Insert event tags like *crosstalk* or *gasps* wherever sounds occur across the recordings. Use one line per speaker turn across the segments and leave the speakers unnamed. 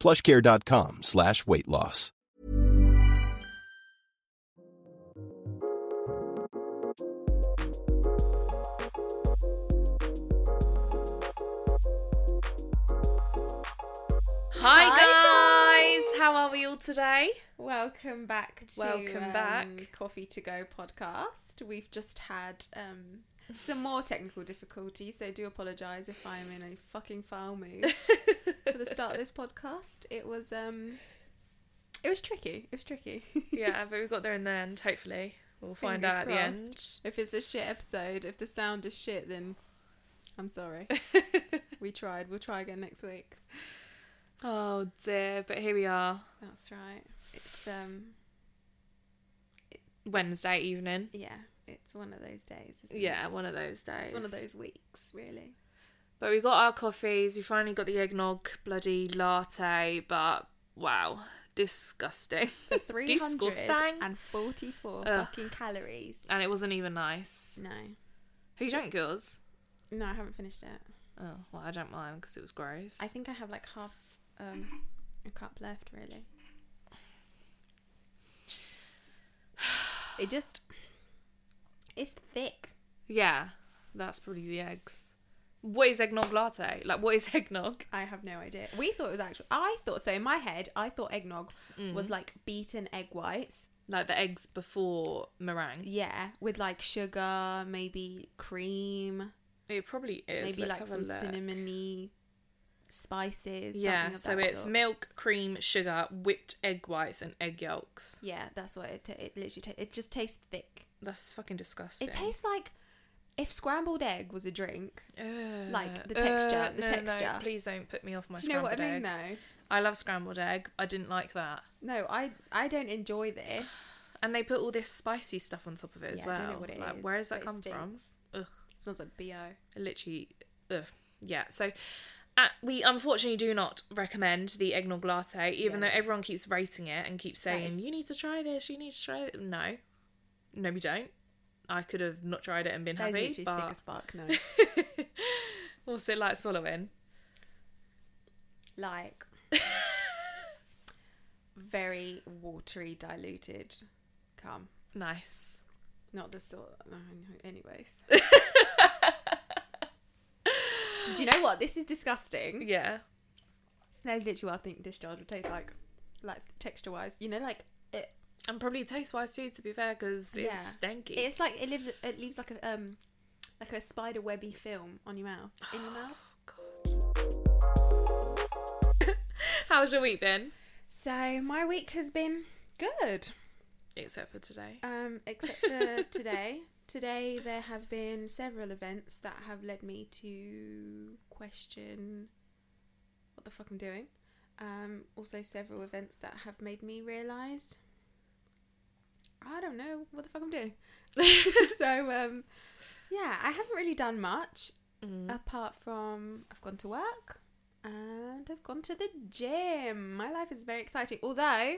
plushcare.com slash weight loss.
Hi,
Hi,
guys.
guys.
How are we all today?
Welcome back to
Welcome
um,
back.
Coffee to Go podcast. We've just had um, some more technical difficulties, so do apologise if I'm in a fucking foul
*laughs*
mood for the start of this podcast. It was um, it was tricky. It was tricky.
yeah, but we got there in the end. Hopefully, we'll find
Fingers
out at the end.
crossed. *laughs* If it's a shit episode, if the sound is shit, then
*laughs*
I'm sorry. we tried. We'll try again next week.
Oh dear, but here we are,
That's right. It's um,
Wednesday evening.
yeah, it's one of those days. Isn't it?
Yeah, one of those days.
it's one of those weeks, really.
But we got our coffees. We finally got the eggnog bloody latte. But wow, disgusting. *laughs*
for 344
Disgusting. Ugh.
fucking calories.
And it wasn't even nice.
No.
Have you drank yours?
No, I haven't finished it.
Oh well, I don't mind because it was gross.
I think I have like half um, a cup left, really. It just. It's thick.
yeah, that's probably the eggs. What is eggnog latte? Like, what is *laughs* eggnog?
I have no idea. We thought it was actual. I thought so. In my head, I thought eggnog
Mm.
was like beaten egg whites.
Like the eggs before meringue.
Yeah, with like sugar, maybe cream,
It probably is.
maybe
Let's
like
have a
some
look.
cinnamony spices.
Yeah,
something of
so
that
it's
sort.
milk, cream, sugar, whipped egg whites, and egg yolks.
Yeah, that's what it. ta- it literally. Ta- it just tastes thick.
That's fucking disgusting.
It tastes like if scrambled egg was a drink.
Ugh.
like the texture-
Ugh,
the
no, no,
texture.
please don't put me off my.
Do you know what I
scrambled
mean?
egg. I love scrambled egg. I didn't like that,
Though. No, I I don't enjoy this.
and they put all this spicy stuff on top of it as
Yeah,
well.
I don't know what it
like,
is,
where does that
but it
come from?
stinks.
Ugh.
It smells like bo.
literally ugh. yeah so uh, we unfortunately do not recommend the eggnog latte even
Yeah.
though everyone keeps rating it and keeps
That is-
saying you need to try this you need to try it no no we don't i could have not tried it and been
That is
happy
literally thick
but
as fuck. No,
*laughs* also like swallowing
like very watery, diluted. Come,
nice
not the sort. no, no,
*laughs*
Anyways. Do you know what? This is disgusting.
yeah
That is literally what I think discharge would taste like, like texture wise. You know, like it,
and probably taste wise too to be fair because it's
yeah.
stanky *laughs*
It's like it leaves it leaves like a um like a spider webby film on your mouth in your mouth.
how's your week been
So my week has been good,
except for today
um, except for today. *laughs* Today there have been several events that have led me to question what the fuck I'm doing. Um, also several events that have made me realise I don't know what the fuck I'm doing. *laughs* so um, yeah, I haven't really done much
Mm.
apart from I've gone to work and I've gone to the gym. My life is very exciting. Although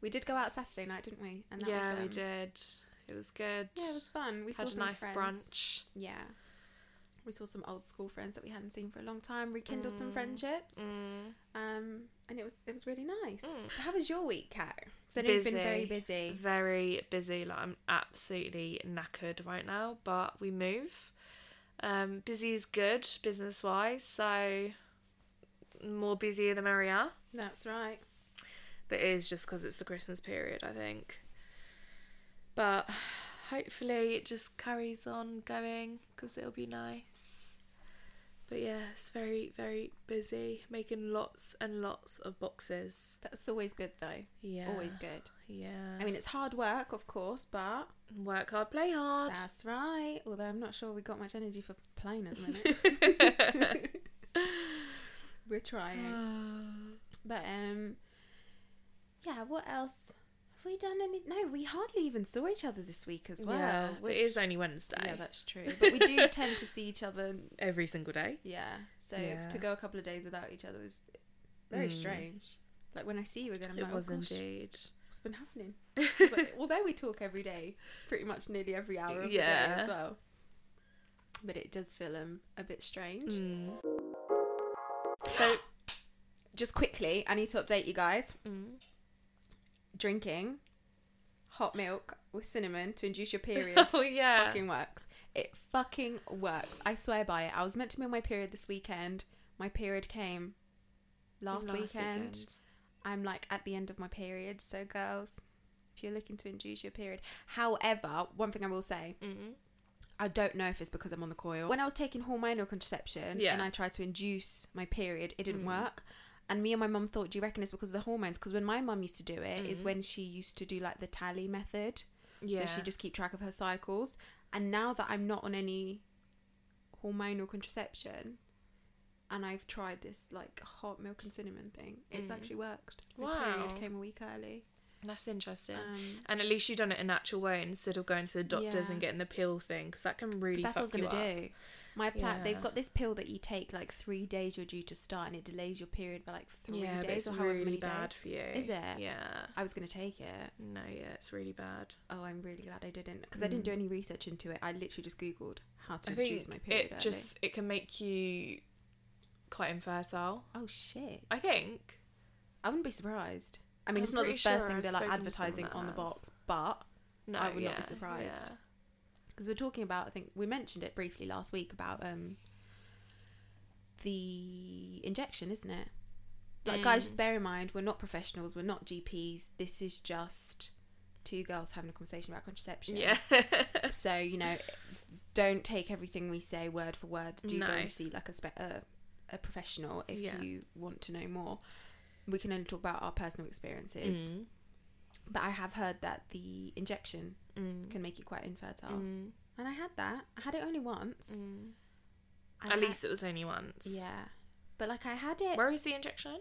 we did go out Saturday night, didn't we? And
yeah
was,
we
um,
did it was good
Yeah, it was fun. We
had
saw
a
some
nice
friends.
brunch
Yeah. We saw some old school friends that we hadn't seen for a long time, rekindled
Mm.
some friendships. Um, and it was it was really nice.
Mm.
So how was your week, Kat? So I know you've been very busy.
Very busy. Like I'm absolutely knackered right now, but we move. Um, busy is good business wise, so more busier the merrier.
That's right.
but it is just because it's the Christmas period, I think. But hopefully it just carries on going because it'll be nice. But yeah, it's very, very busy, making lots and lots of boxes.
That's always good though.
Yeah.
Always good.
Yeah.
I mean, it's hard work, of course, but
work hard, play hard.
that's right. Although I'm not sure we got much energy for playing at the minute.
*laughs*
*laughs* We're trying. But um yeah, what else? Have we done any No, we hardly even saw each other this week as well.
yeah, but it is
which-
only Wednesday.
Yeah, that's true. But we
*laughs*
do tend to see each other
every single day.
yeah. So
Yeah. Hmm.
to go a couple of days without each other is very strange. Like when I see you again, I'm
It
like,
was
oh, gosh,
indeed.
what's
*laughs*
been happening? It's like, although we talk every day, pretty much nearly every hour of the day
Yeah.
as well. But it does feel um, a bit strange.
Mm.
So, just quickly, I need to update you guys.
Mm.
Drinking hot milk with cinnamon to induce your *laughs* period
*laughs* Oh yeah.
fucking works. It fucking works. I swear by it. I was meant to be on my period this weekend. My period came last, weekend. I'm like at the end of my period. So, girls, if you're looking to induce your period. However, one thing I will say
Mm.
I don't know if it's because I'm on the coil. When I was taking hormonal contraception
Yeah. Mm.
and I tried to induce my period, it didn't work. And me and my mum thought, do you reckon it's because of the hormones? Because when my mum used to do it, is when she used to do like the tally method.
Mm. Yeah.
So she just keep track of her cycles. And now that I'm not on any hormonal contraception and I've tried this like hot milk and cinnamon thing, it's actually worked. My
Mm. Wow.
period came a week early.
That's interesting.
Um,
and at least you done it in an actual way instead of going to the doctors
Yeah.
and getting the pill thing because that can really.
Because that's what I was
fuck you
gonna
up.
do. My plan.
Yeah.
They've got this pill that you take like three days you're due to start, and it delays your period by like three
yeah, but
days
it's
or however
really
many
bad
days.
for you.
Is it?
Yeah.
I was gonna take it.
No, yeah, it's really bad.
Oh, I'm really glad I didn't because I
Mm.
didn't do any research into it. I literally just googled how to
I
reduce
think
my period.
it
early.
just it can make you quite infertile.
Oh shit!
I think.
I wouldn't be surprised. I mean,
I'm
it's not the
pretty
first
sure
thing
I've
they're like
spoken to
advertising
someone
on the
that has.
box, but
No,
I would
yeah,
not be surprised.
yeah.
because we're talking about i think we mentioned it briefly last week about um the injection isn't it like
Mm.
guys just bear in mind we're not professionals we're not gps this is just two girls having a conversation about contraception
Yeah.
*laughs* so you know don't take everything we say word for word do go
No.
and see like a, spe- a, a professional if
Yeah.
you want to know more we can only talk about our personal experiences
Mm.
but i have heard that the injection
Mm.
can make you quite infertile
Oh.
and I had that. I had it only once. I
Mm. At
had-
least it was only once.
Yeah. But like I had it.
Where is the injection?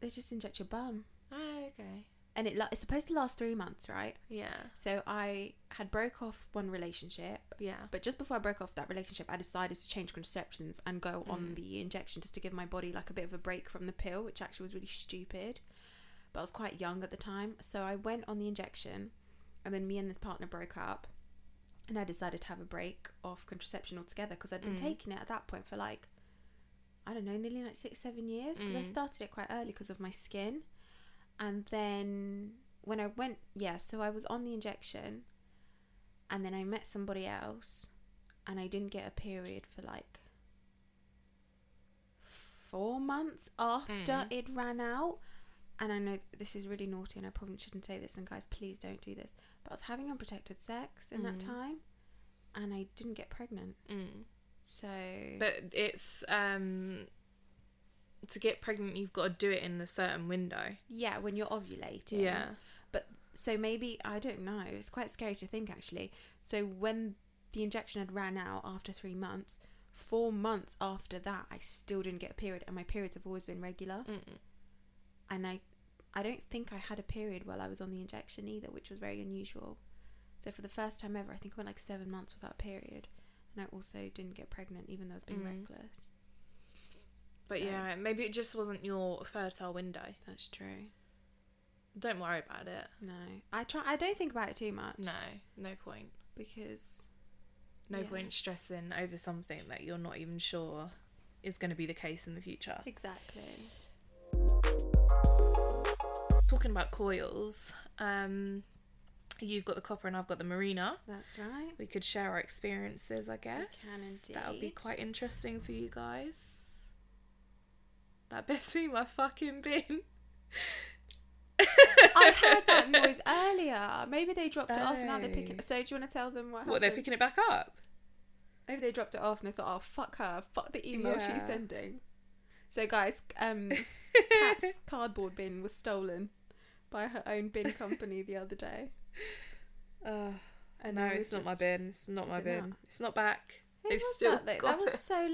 They just inject your bum,
Oh, okay.
and it la- it's supposed to last three months, right?
Yeah.
So I had broke off one relationship,
Yeah.
but just before I broke off that relationship, I decided to change contraceptions and go on the injection just to give my body like a bit of a break from the pill, which actually was really stupid. But I was quite young at the time, so I went on the injection, and then me and this partner broke up, and I decided to have a break off contraception altogether because I'd been taking it at that point for like, I don't know, nearly like six, seven years because I started it quite early because of my skin, and then when I went, yeah, so I was on the injection and then I met somebody else, and I didn't get a period for like four months after
Hmm.
it ran out. And I know this is really naughty, and I probably shouldn't say this. And guys, please don't do this. But I was having unprotected sex in
Hmm.
that time, and I didn't get pregnant.
Mm.
So
But it's um to get pregnant, you've got to do it in a certain window.
yeah, when you're ovulating,
Yeah.
But so maybe I don't know. It's quite scary to think actually. So when the injection had ran out after three months, four months after that, I still didn't get a period, and my periods have always been regular.
Mm.
And I, I don't think I had a period while I was on the injection either, which was very unusual. So for the first time ever, I think I went like seven months without a period, and I also didn't get pregnant, even though I was being reckless.
Mm. But
So,
yeah, maybe it just wasn't your fertile window.
that's true.
Don't worry about it.
No, I try. I don't think about it too much
No, no point.
because
No
Yeah.
point stressing over something that you're not even sure is going to be the case in the future.
exactly.
Talking about coils, um, you've got the copper and I've got the marina.
That's right.
We could share our experiences, I guess. That would be
indeed.
quite interesting for you *laughs* guys. That best be my fucking bin.
I heard
*laughs*
that noise earlier. Maybe they dropped it off and now they're picking.
Oh.
So do you want to tell them what? Happened?
What, they're picking it back up?
Maybe they dropped it off and they thought, "Oh fuck her, fuck the email she's
Yeah.
sending." So guys, um, Kat's
*laughs*
cardboard bin was stolen by her own bin company the other day.
Oh,
And
no,
I was
it's not my
just-
bin. It's not my
Is it
bin.
not?
It's not back.
Who
They've
was
still
that? That-
got
that was
it.
so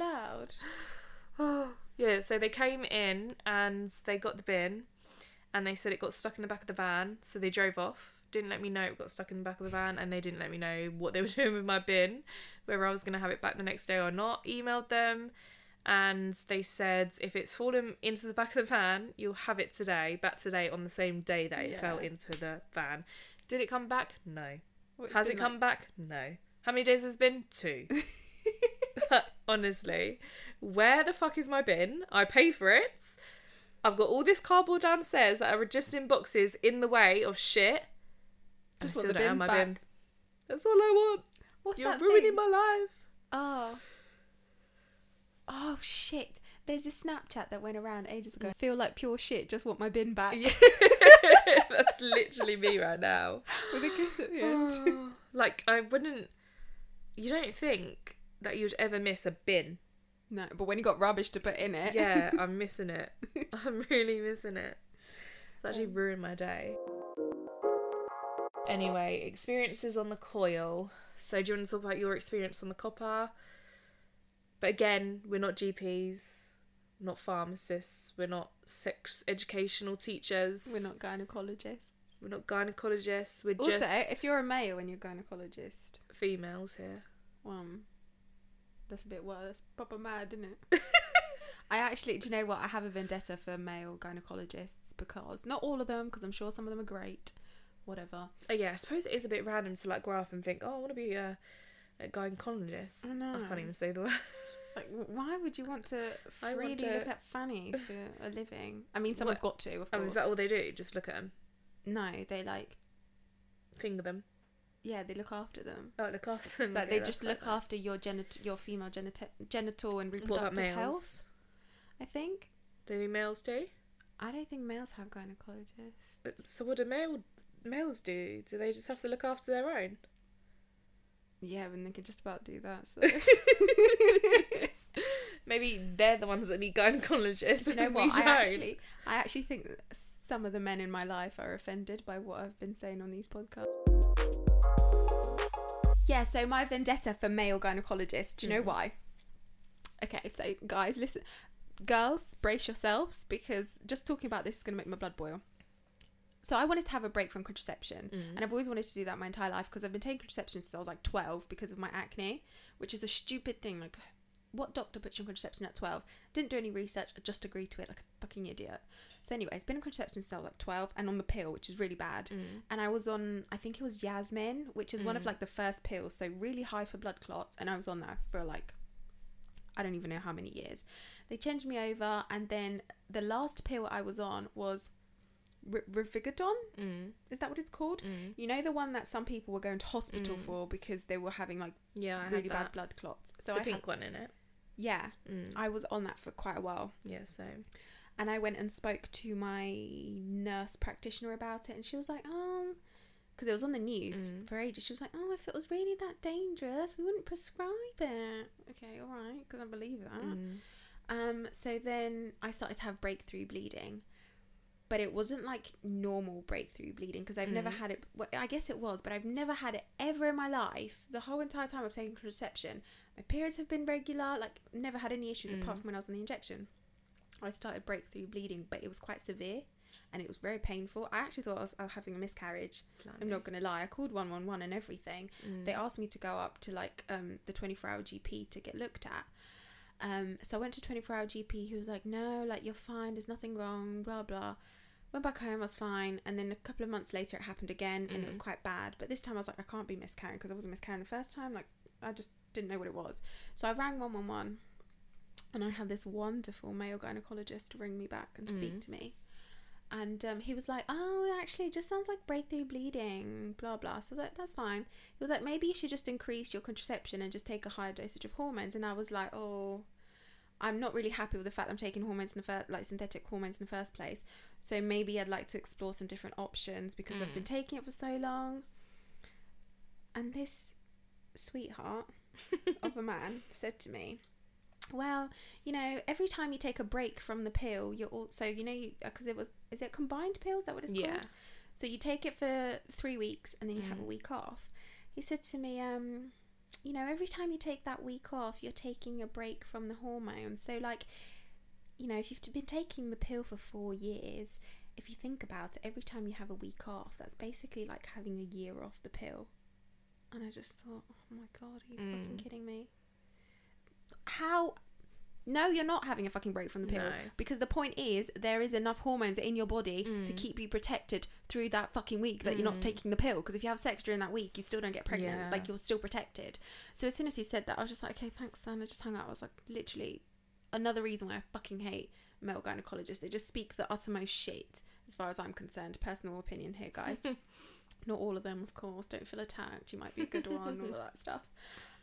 loud.
*gasps* yeah, so they came in and they got the bin and they said it got stuck in the back of the van, so they drove off. Didn't let me know it got stuck in the back of the van and they didn't let me know what they were *laughs* doing with my bin, whether I was going to have it back the next day or not. Emailed them and they said if it's fallen into the back of the van, you'll have it today, back today on the same day that it fell
Yeah.
into the van. Did it come back? No.
Well, it's
Has it
been
come back? No. How many days has it been?
*laughs*
Two. *laughs* Honestly, where the fuck is my bin? I pay for it. I've got all this cardboard downstairs that are just in boxes in the way of shit. I
Just want
still
the
don't have
bins
my
back.
bin. That's all I want.
What's
You're
that
ruining
thing?
my life.
Oh. Oh shit. There's a Snapchat that went around ages ago.
Mm.
Feel like pure shit, just want my bin back.
Yeah. *laughs* That's literally me right now.
*laughs* With a kiss
*laughs*
at the
Oh.
end.
Like I wouldn't. You don't think that you'd ever miss a bin?
no, but when you got rubbish to put in it.
Yeah, I'm missing it. *laughs* I'm really missing it. It's actually
Um,
ruined my day. Anyway, experiences on the coil. So, do you want to talk about your experience on the copper? But again, we're not GPs, not pharmacists, we're not sex educational teachers,
*laughs* We're not gynecologists.
we're not gynecologists. We're
Also, eh,
just
if you're a male and you're a gynecologist,
females here.
um that's a bit well, that's proper mad, isn't
*laughs*
it? I actually, do you know what? I have a vendetta for male gynecologists because not all of them, because I'm sure some of them are great, whatever.
Oh yeah, I suppose it is a bit random to like grow up and think, oh, I want to be a, a gynecologist.
I know.
I can't even say the *laughs* word.
Like, w- why would you want to
I
freely
want to-
look at fannies for a living?
*laughs*
I mean, someone's got to, of
Oh,
course.
is that all they do? Just look at them,
No, they like,
finger them.
yeah, they look after them.
Oh, look after them.
Like,
okay,
they just
that's
look
quite nice.
after your genit- your female genita- genital and
What about males?
reproductive health. I think.
Do any males do?
I don't think males have gynecologists.
Uh, So what do male males do? Do they just have to look after their
*laughs*
own?
Yeah, and they can just about *laughs* do that. So.
Maybe they're the ones that need gynecologists.
*laughs* Do you know
and *laughs*
what?
we
I
don't.
actually, I actually think that some of the men in my life are offended by what I've been saying on these podcasts. Yeah, so my vendetta for male gynecologists, do you know why? Okay, so guys, listen. Girls, brace yourselves because just talking about this is going to make my blood boil. So I wanted to have a break from contraception, and I've always wanted to do that my entire life because I've been taking contraception since I was like 12 because of my acne, which is a stupid thing. Like, what doctor puts you on contraception at 12? Didn't do any research, I just agreed to it like a fucking idiot. So, anyway, it's been on contraception since I was like 12 and on the pill, which is really bad. And I was on, I think it was Yasmin, which is one of like the first pills, so really high for blood clots. And I was on that for like, I don't even know how many years. They changed me over, and then the last pill I was on was Re- Revigadon.
Mm.
Is that what it's called?
Mm.
You know the one that some people were going to hospital
Mm.
for because they were having like
Yeah, I
really
had
bad
that.
blood clots. So
the
I
pink
had-
one in it.
yeah,
Mm.
I was on that for quite a while,
Yeah, so
and I went and spoke to my nurse practitioner about it, and she was like, um. Because it was on the news
Mm.
for ages. She was like, oh, if it was really that dangerous, we wouldn't prescribe it. Okay, all right, because I believe that. *laughs*
mm. *laughs*
Um, so then I started to have breakthrough bleeding, but it wasn't like normal breakthrough bleeding because I've never
Mm.
had it. Well, I guess it was, but I've never had it ever in my life. The whole entire time I've taken contraception, my periods have been regular. Like never had any issues apart from when I was on the injection. I started breakthrough bleeding, but it was quite severe, and it was very painful. I actually thought I was, I was having a miscarriage. I'm not gonna lie, I called one one one and everything. They asked me to go up to like um, the 24 hour GP to get looked at. Um, so I went to 24 hour GP. He was like, "No, like you're fine. There's nothing wrong." Blah blah. Went back home. I was fine. And then a couple of months later, it happened again, and it was quite bad. But this time, I was like, "I can't be miscarrying because I wasn't miscarrying the first time. Like I just didn't know what it was." So I rang 111, and I had this wonderful male gynecologist ring me back and speak to me. And um, he was like, "Oh, actually, it just sounds like breakthrough bleeding, blah blah." So I was like, "That's fine." He was like, "Maybe you should just increase your contraception and just take a higher dosage of hormones." And I was like, "Oh, I'm not really happy with the fact I'm taking hormones in the first, like synthetic hormones in the first place. So maybe I'd like to explore some different options because I've been taking it for so long. And this sweetheart
Mm.
of a man said to me, "Well, you know, every time you take a break from the pill, you're also, you know, because it was is it combined pills? Is that what it's
Yeah.
called? So you take it for three weeks and then you have a week off." He said to me, um, you know, every time you take that week off, you're taking a break from the hormones. So, like, you know, if you've been taking the pill for four years, if you think about it, every time you have a week off, that's basically like having a year off the pill. And I just thought, oh my god, are you fucking kidding me? How? No, you're not having a fucking break from the pill
No.
because the point is there is enough hormones in your body to keep you protected through that fucking week that you're not taking the pill. Because if you have sex during that week, you still don't get pregnant.
Yeah.
Like you're still protected. So as soon as he said that, I was just like, okay, thanks, son. I just hung up. I was like, literally, another reason why I fucking hate male gynecologists. They just speak the uttermost shit, as far as I'm concerned. Personal opinion here, guys. Not all of them, of course. Don't feel attacked. You might be a good one, all of that stuff.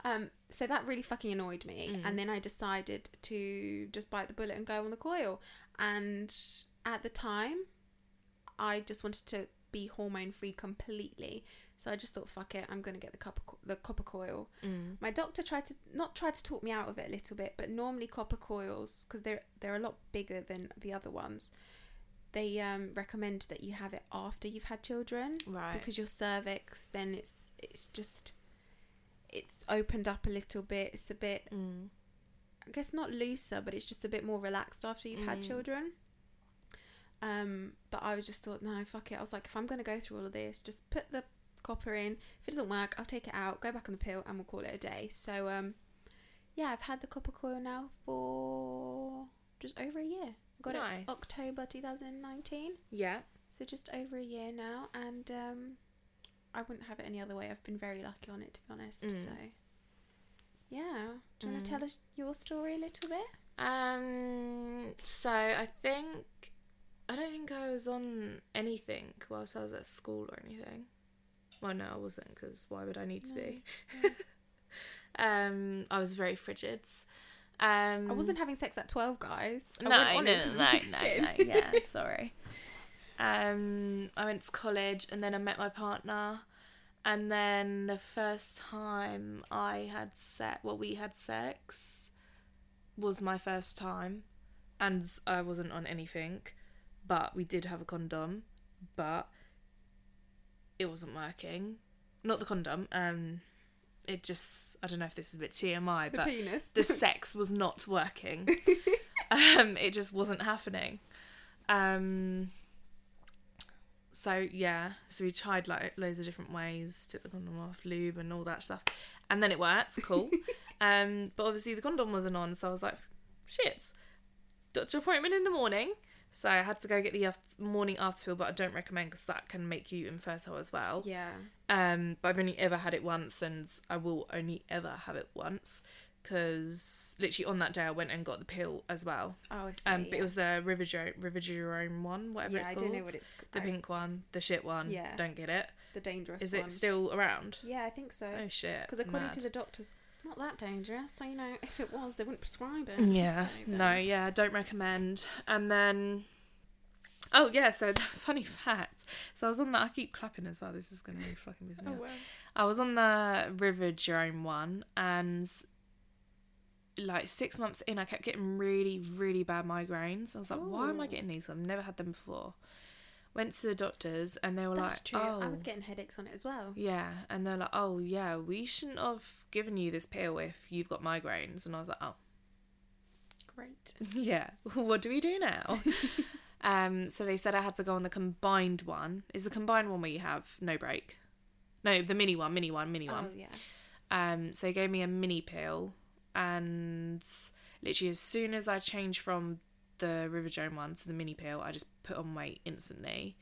Um, so that really fucking annoyed me. And then I decided to just bite the bullet and go on the coil. And at the time, I just wanted to be hormone free completely. So I just thought, fuck it, I'm gonna get the copper co- the copper coil.
Mm.
My doctor tried to not tried to talk me out of it a little bit, but normally copper coils because they're they're a lot bigger than the other ones. They um, recommend that you have it after you've had children,
Right.
Because your cervix, then it's it's just it's opened up a little bit. It's a bit,
Mm.
I guess, not looser, but it's just a bit more relaxed after you've had children. Um, but I was just thought, no, fuck it. I was like, if I'm going to go through all of this, just put the copper in. If it doesn't work, I'll take it out, go back on the pill, and we'll call it a day. So, um, yeah, I've had the copper coil now for just over a year. I got
Nice.
it October 2019,
Yeah.
so just over a year now, and um, I wouldn't have it any other way. I've been very lucky on it, to be honest.
Mm.
So, yeah, do you want to tell us your story a little bit?
Um. So I think I don't think I was on anything whilst I was at school or anything. Well, no, I wasn't because why would I need to be? *laughs* um, I was very frigid. Um,
I wasn't having sex at 12, guys. I
No,
went
no,
on
no,
it
no,
'cause of
no,
my
no,
*laughs* skin.
Yeah, sorry. Um, I went to college and then I met my partner, and then the first time I had sex, well, we had sex, was my first time, and I wasn't on anything, but we did have a condom, but it wasn't working. Not the condom. Um, it just I don't know if this is a bit TMI,
The
but
penis.
the sex was not working. um, it just wasn't happening. Um, so yeah, so we tried like loads of different ways, took the condom off, lube, and all that stuff, and then it worked. Cool. um, but obviously the condom wasn't on, so I was like, shit. Doctor appointment in the morning, so I had to go get the aft- morning after pill, but I don't recommend because that can make you infertile as well.
*laughs* Yeah.
Um, but I've only ever had it once, and I will only ever have it once because literally on that day I went and got the pill as well.
Oh, I see.
Um, but
yeah.
it was the Rivigerone, Rivigerone one, whatever
Yeah,
it's
I
called.
don't know what it's c-
The
I-
pink one, the shit one.
Yeah.
Don't get it.
the dangerous
Is
one.
it still around?
Yeah, I think so.
Oh shit.
Because according
mad.
to the doctors, it's not that dangerous. So you know, if it was, they wouldn't prescribe it.
Yeah. No, yeah, don't recommend. And then Oh yeah, so *laughs* funny fact. So I was on the I keep clapping as well, this is gonna be fucking business.
wow.
I was on the River Jerome one and like six months in I kept getting really, really bad migraines. I was like, why
Oh.
am I getting these? I've never had them before. Went to the doctors and they were
That's
like,
true.
Oh.
I was getting headaches on it as well.
Yeah, and they're like, "Oh, yeah, we shouldn't have given you this pill if you've got migraines." And I was like, "Oh, *laughs*
Great.
yeah, *laughs* what do we do
*laughs*
now?" um, so they said I had to go on the combined one. Is the combined one where you have no break? No, the mini one, mini one, mini
Oh
one.
yeah.
Um, so they gave me a mini pill, and literally as soon as I changed from the Riverjone one to the mini pill, I just put on weight instantly.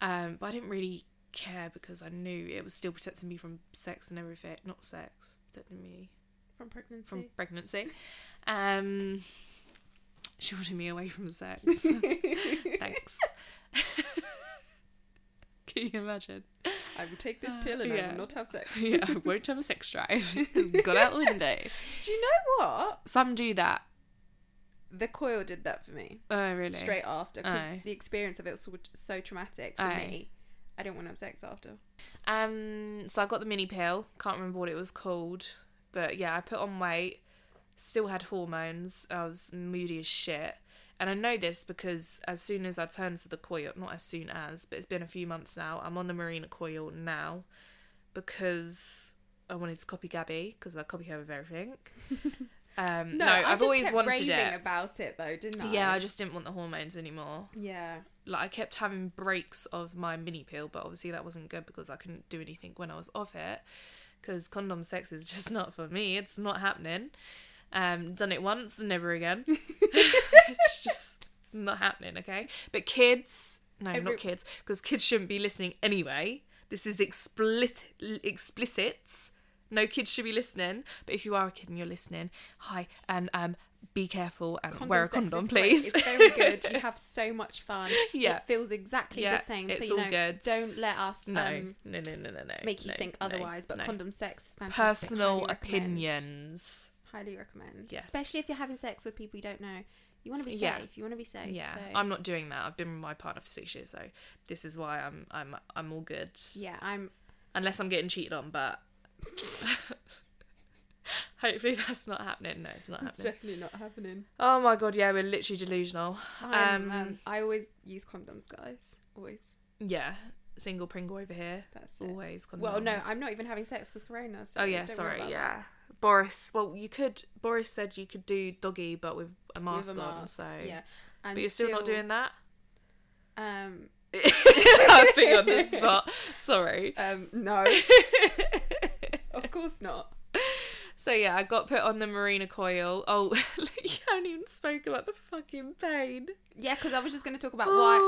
Um, but I didn't really care because I knew it was still protecting me from sex and everything. Not sex, protecting me
From pregnancy.
from pregnancy. Um, shielding me away from *laughs* sex. *laughs* Thanks. Can you imagine?
I will take this pill and
Uh, yeah. *laughs*
have sex.
Yeah, I *laughs* won't have a sex drive. Got out the window.
Do you know what?
Some do that.
The coil did that for me
Oh, really?
straight after because
Oh.
the experience of it was so, so traumatic for
Oh.
me. I didn't want to have sex after.
Um, so I got the mini pill. Can't remember what it was called, but yeah, I put on weight. Still had hormones. I was moody as shit, and I know this because as soon as I turned to the coil, not as soon as, but it's been a few months now. I'm on the marina coil now because I wanted to copy Gabby because I copy her with
*laughs*
everything. Um, no,
I
I've
just
always
kept
wanted
raving
it.
about it though, didn't I?
Yeah, I just didn't want the hormones anymore
yeah.
like I kept having breaks of my mini pill, but obviously that wasn't good because I couldn't do anything when I was off it. Because condom sex is *laughs* just not for me. It's not happening. Um, done it once, never
*laughs*
again. it's just not happening. Okay, but kids, no,
Every-
not kids, because kids shouldn't be listening anyway. This is explicit. Explicits. No kids should be listening. But if you are a kid and you're listening, hi and um, be careful and wear a
sex is
condom,
great.
please.
It's very good.
*laughs*
You have so much fun.
Yeah.
It feels exactly
Yeah,
the same.
it's
so you
all
know,
good.
don't let us
No,
um,
no, no, no, no, no.
make you
no,
think
no,
otherwise. But
no.
condom sex is fantastic.
personal
Highly recommend.
opinions.
Highly recommend.
Yes.
Especially if you're having sex with people you don't know. You want to be safe.
Yeah.
You want to be safe.
Yeah,
so-
I'm not doing that. I've been with my partner for six years, so this is why I'm I'm I'm all good.
Yeah, I'm.
Unless I'm getting cheated on, but *laughs* hopefully that's not happening. No, it's not
It's
happening.
definitely not happening.
Oh my god, yeah, we're literally delusional. um,
I'm, um, I always use condoms, guys. Always.
yeah, single Pringle over here.
That's it.
Always. Condoms.
Well, no, I'm not even having sex because corona. So
oh yeah,
don't worry
sorry.
about
Yeah, Boris. Well, you could. Boris said you could do doggy, but with a
that.
mask,
With a
on.
mask,
So,
yeah, and
but you're still not doing that.
Um,
*laughs* I put you on
*laughs*
the spot. Sorry. *laughs*
um, no, of course not.
so yeah, I got put on the marina coil. Oh, *laughs* you haven't even spoke about the fucking pain.
Yeah, because I was just going to talk about why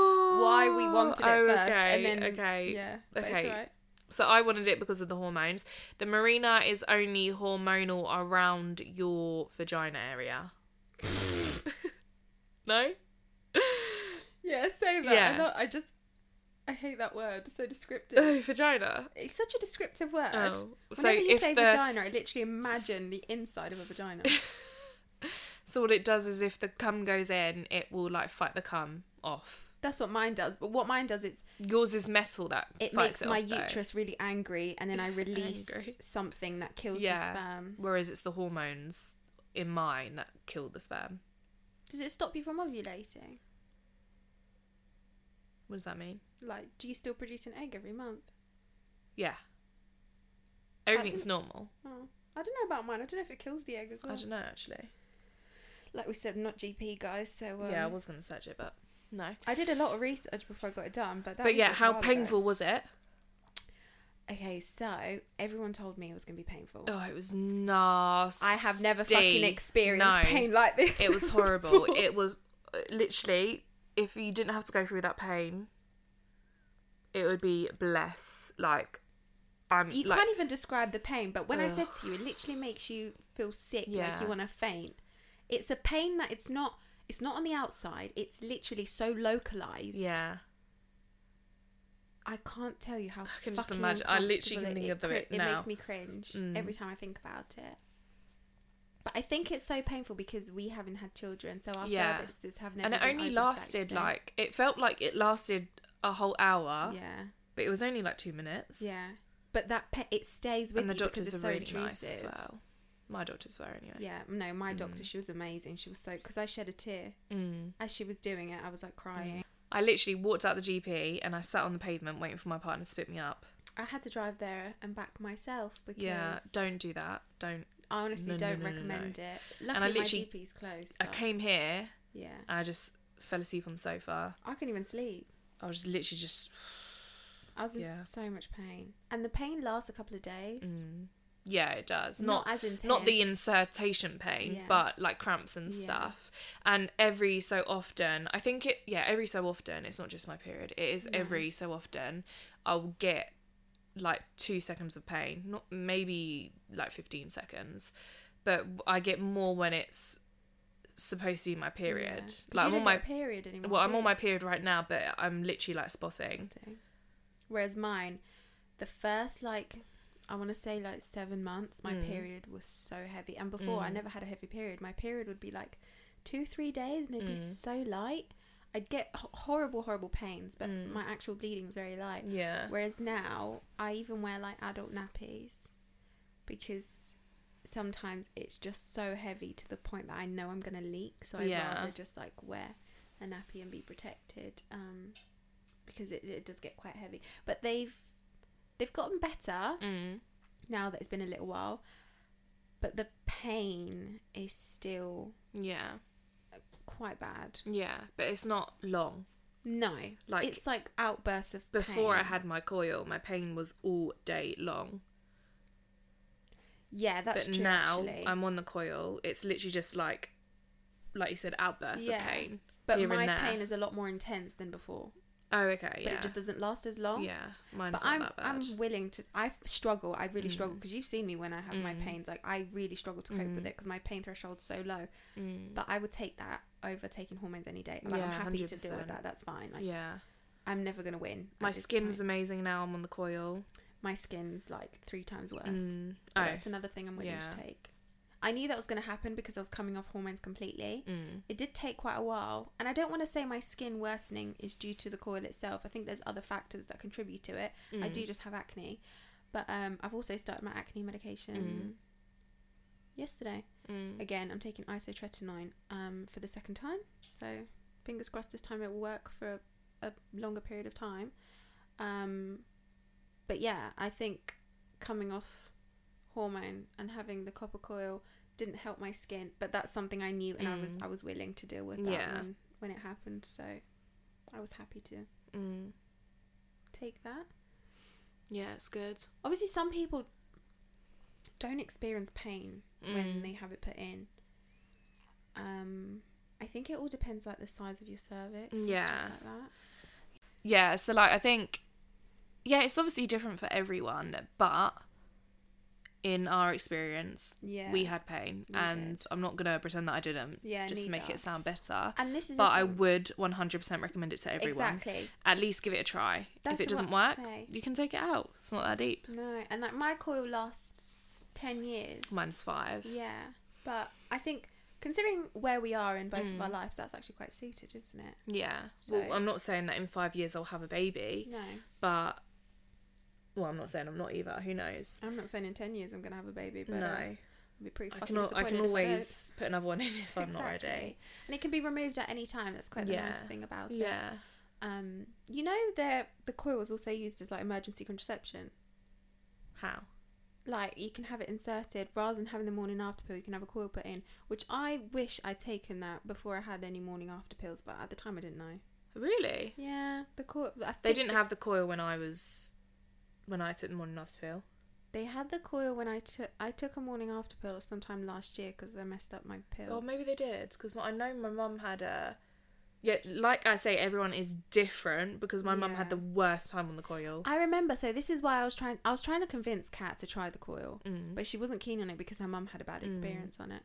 why
*gasps*
we wanted it
Oh,
first,
okay,
and then
okay,
yeah, but it's
okay.
alright.
So I wanted it because of the hormones. The marina is only hormonal around your vagina area. *laughs* no?
Yeah, say that.
Yeah.
I, know, I just I hate that word.
*laughs*
So descriptive.
Oh, vagina.
it's such a descriptive word.
Oh, so
Whenever you
if
say
the-
vagina, I literally imagine the inside of a
*laughs*
vagina.
So what it does is if the cum goes in, it will like fight the cum off.
That's what mine does. But what mine does is
Yours is metal that
it
fights
makes my
off, though.
uterus really angry, and then I release
*laughs* Angry.
something that kills
Yeah.
the sperm.
Whereas it's the hormones in mine that kill the sperm.
Does it stop you from ovulating?
What does that mean?
Like, do you still produce an egg every month?
Yeah. Everything's
didn't-
normal.
Oh, I don't know about mine. I don't know if it kills the egg as well.
I don't know actually.
Like we said, I'm not GP guys, so um,
yeah, I was gonna search it, but no.
I did a lot of research before I got it done, but that
But
was
yeah,
a
how
while ago.
painful was it?
Okay, so everyone told me it was going to be painful.
Oh, it was nasty.
I have never fucking experienced
No.
pain like
*laughs*
this.
It was
*laughs*
horrible.
before.
it was uh, literally, if you didn't have to go through that pain, it would be bless. Like, I'm
you
like,
can't even describe the pain, but when I said
Ugh.
to you, it literally makes you feel sick, like
Yeah.
you want to faint. It's a pain that it's not. It's not on the outside. It's literally so localized.
yeah.
I can't tell you how. I
can just imagine- I literally can think of it
It
now.
makes me cringe
Mm.
every time I think about it. But I think it's so painful because we haven't had children, so our
Yeah.
cervixes have never.
and it
been
only
opened back
lasted
then.
like it felt like it lasted a whole hour
Yeah,
but it was only like two minutes
yeah. But that pe- it stays with
and the
you because
doctors
it's
are
so
really nice
intrusive.
as well my doctors were anyway
Yeah, no, my doctor, she was amazing. She was so because I shed a tear
mm.
as she was doing it. I was like crying.
i literally walked out the gp and i sat on the pavement waiting for my partner to pick me up
I had to drive there and back myself because
yeah don't do that don't
I honestly
No, no,
don't
no, no, no.
recommend it. Luckily,
And I literally-
my GP's close.
i came here
Yeah,
and i just fell asleep on the sofa
I couldn't even sleep.
i was literally just
I was in
Yeah.
so much pain, and the pain lasts a couple of days.
mm. yeah it does
Not
not,
as intense.
not the insertion pain
Yeah.
but like cramps and
Yeah.
stuff and every so often i think it yeah every so often it's not just my period it is every so often i'll get like two seconds of pain not maybe like 15 seconds but i get more when it's supposed to be my
Yeah.
period
'Cause you
like i'm
don't
on my
get a period anymore.
well i'm
do
on my
you?
period right now but i'm literally like spotting
Sorting. Whereas mine, the first like, I want to say like seven months, my
Mm.
period was so heavy, and before I
Mm.
never had a heavy period. My period would be like two three days and they'd
Mm.
be so light. I'd get h- horrible horrible pains, but
Mm.
my actual bleeding's very
*laughs*
light.
Yeah.
Whereas now I even wear like adult nappies because sometimes it's just so heavy to the point that I know I'm gonna leak. So I
Yeah.
rather just like wear a nappy and be protected um, because it, it does get quite heavy. But they've they've gotten better
Mm.
now that it's been a little while, but the pain is still
Yeah.
quite bad.
Yeah. But it's not long.
No,
Like-
like it's like outbursts of
Before I
pain.
had my coil, my pain was all day long.
yeah, that's
but
true.
now
actually.
I'm on the coil. It's literally just like, like you said, outbursts of pain.
But
here
my
and there.
pain is a lot more intense than before.
Oh, okay.
But
yeah.
it just doesn't last as long.
Yeah. Mine's
But
not
I'm
that Mm. bad.
I'm willing to. I struggle. I really struggle because you've seen me when I have my
Mm.
pains. Like I really struggle to cope with it because my pain threshold's so low.
Mm.
But I would take that over taking hormones any day. Like,
Yeah,
I'm happy to deal
100%.
with that. That's fine. Like
yeah.
I'm never gonna win. at
My
this
skin's
point.
amazing now. I'm on the coil.
my skin's like three times worse.
Mm.
But
Oh.
That's another thing I'm willing
Yeah.
to take. I knew that was going to happen because I was coming off hormones completely.
Mm.
It did take quite a while, and I don't want to say my skin worsening is due to the coil itself. I think there's other factors that contribute to it.
Mm.
I do just have acne, but um, I've also started my acne medication yesterday.
Mm.
Again, I'm taking isotretinoin um, for the second time, so fingers crossed this time it will work for a, a longer period of time. Um, but yeah, I think coming off hormone and having the copper coil didn't help my skin, but that's something I knew and I was I was willing to deal with that
Yeah.
when, when it happened, so I was happy to
Mm.
take that.
Yeah, it's good.
Obviously some people don't experience pain
Mm.
when they have it put in. Um I think it all depends like the size of your cervix and
Yeah.
stuff like that.
Yeah, so like I think yeah, it's obviously different for everyone, but in our experience,
Yeah.
we had pain
We
and
did.
I'm not going to pretend that I didn't
Yeah,
just to make
neither.
it sound better.
And this is the
but I
thing.
would 100% recommend it to everyone.
Exactly.
At least give it a try.
That's
if it doesn't
what I
work,
say.
you can take it out. It's not that deep.
No, and like my coil lasts ten years.
Mine's 5.
Yeah, but I think considering where we are in both of
Mm.
our lives, that's actually quite suited, isn't it?
Yeah.
So-
Well, I'm not saying that in 5 years I'll have a baby,
No,
but well, I'm not saying I'm not either. Who knows?
I'm not saying in ten years I'm gonna have a baby, but
No.
uh, I'd be pretty
I
fucking
can, al- I
disappointed.
can
if don't.
always put another one in if I'm
Exactly.
not ready.
and it can be removed at any time. That's quite the nice thing about it.
yeah.
Um, you know, the the coil is also used as like emergency contraception.
How?
Like you can have it inserted rather than having the morning after pill. You can have a coil put in, which I wish I'd taken that before I had any morning after pills. But at the time, I didn't know.
Really?
Yeah, the coil. I
They
think
didn't have the coil when I was when I took the morning after pill.
They had the coil when I took I took a morning after pill sometime last year because I messed up my pill.
Oh, maybe they did because I know my mum had a. Yeah, like I say, everyone is different because my mum had
Yeah.
the worst time on the coil.
I remember. So this is why I was trying. I was trying to convince Kat to try the coil,
Mm.
but she wasn't keen on it because her mum had a bad experience on it.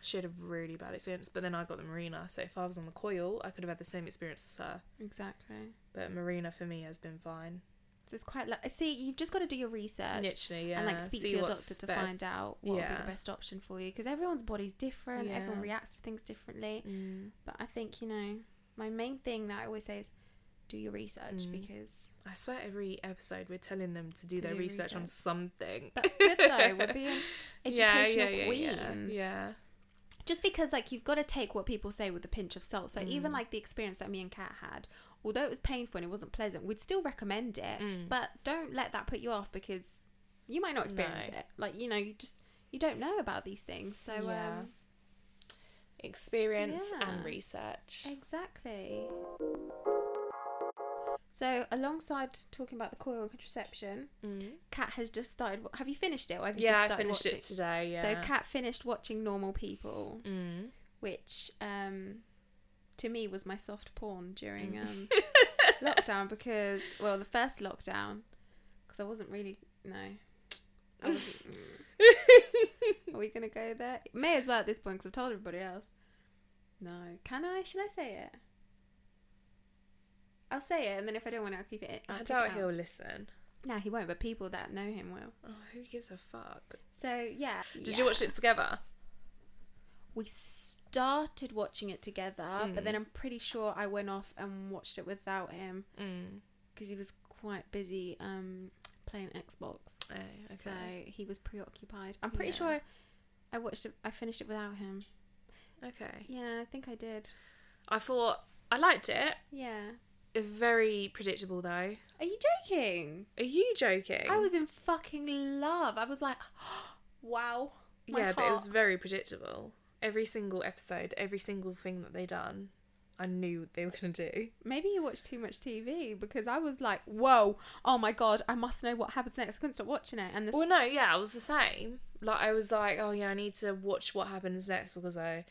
She had a really bad experience, but then I got the Marina. So if I was on the coil, I could have had the same experience as her.
Exactly.
But Marina for me has been fine.
So it's quite like see, you've just got to do your research
Literally, yeah.
and like speak
See
to your
what's
doctor to
better.
find out what would be
Yeah.
the best option for you because everyone's body's different. Everyone
Yeah. Mm.
reacts to things differently. But I think you know my main thing that I always say is do your research
Mm.
because
I swear, every episode we're telling them to do
To
their
do
research, on
research.
something.
That's good though.
*laughs*
We're being *laughs*
Yeah,
educational queens.
yeah, yeah.
Just because like you've got to take what people say with a pinch of salt. So
Mm.
even like the experience that me and Kat had, although it was painful and it wasn't pleasant, we'd still recommend it.
Mm.
But don't let that put you off because you might not experience
No.
it. Like you know, you just you don't know about these things. So
Yeah.
um,
Experience and
Yeah.
research.
exactly. So alongside talking about the coil and contraception, Kat has just started. Have you finished it? Or have you
Mm. Yeah,
just
I
started
finished
watching?
it today. Yeah.
So Kat finished watching Normal People,
Mm.
which um, to me was my soft porn during um, lockdown because, well, the first lockdown, because I wasn't really no. I wasn't, mm. Are we gonna go there? May as well at this point because I've told everybody else. No, can I? Should I say it? I'll say it, and then if I don't want to, I'll keep it. in- I'll
I
keep
doubt
it
he'll
out.
listen.
No, he won't. But people that know him will.
Oh, who gives a fuck?
So yeah.
Did you watch
yeah.
it together?
we started watching it together, but then I'm pretty sure I went off and watched it without him
Mm.
because he was quite busy um, playing Xbox.
Oh, okay.
So he was preoccupied. I'm pretty
Yeah.
sure I, I watched it. I finished it without him.
okay.
Yeah, I think I did.
I thought I liked it.
Yeah.
Very predictable though.
Are you joking?
Are you joking?
I was in fucking love. I was like, *gasps* wow. My
yeah, but it was
heart.
very predictable. Every single episode, every single thing that they done, I knew they were gonna do.
Maybe you watch too much TV because I was like, whoa, oh my god, I must know what happens next. I couldn't stop watching it. And this,
Well, no, yeah, I was the same. Like, I was like, oh, yeah, I need to watch what happens next because I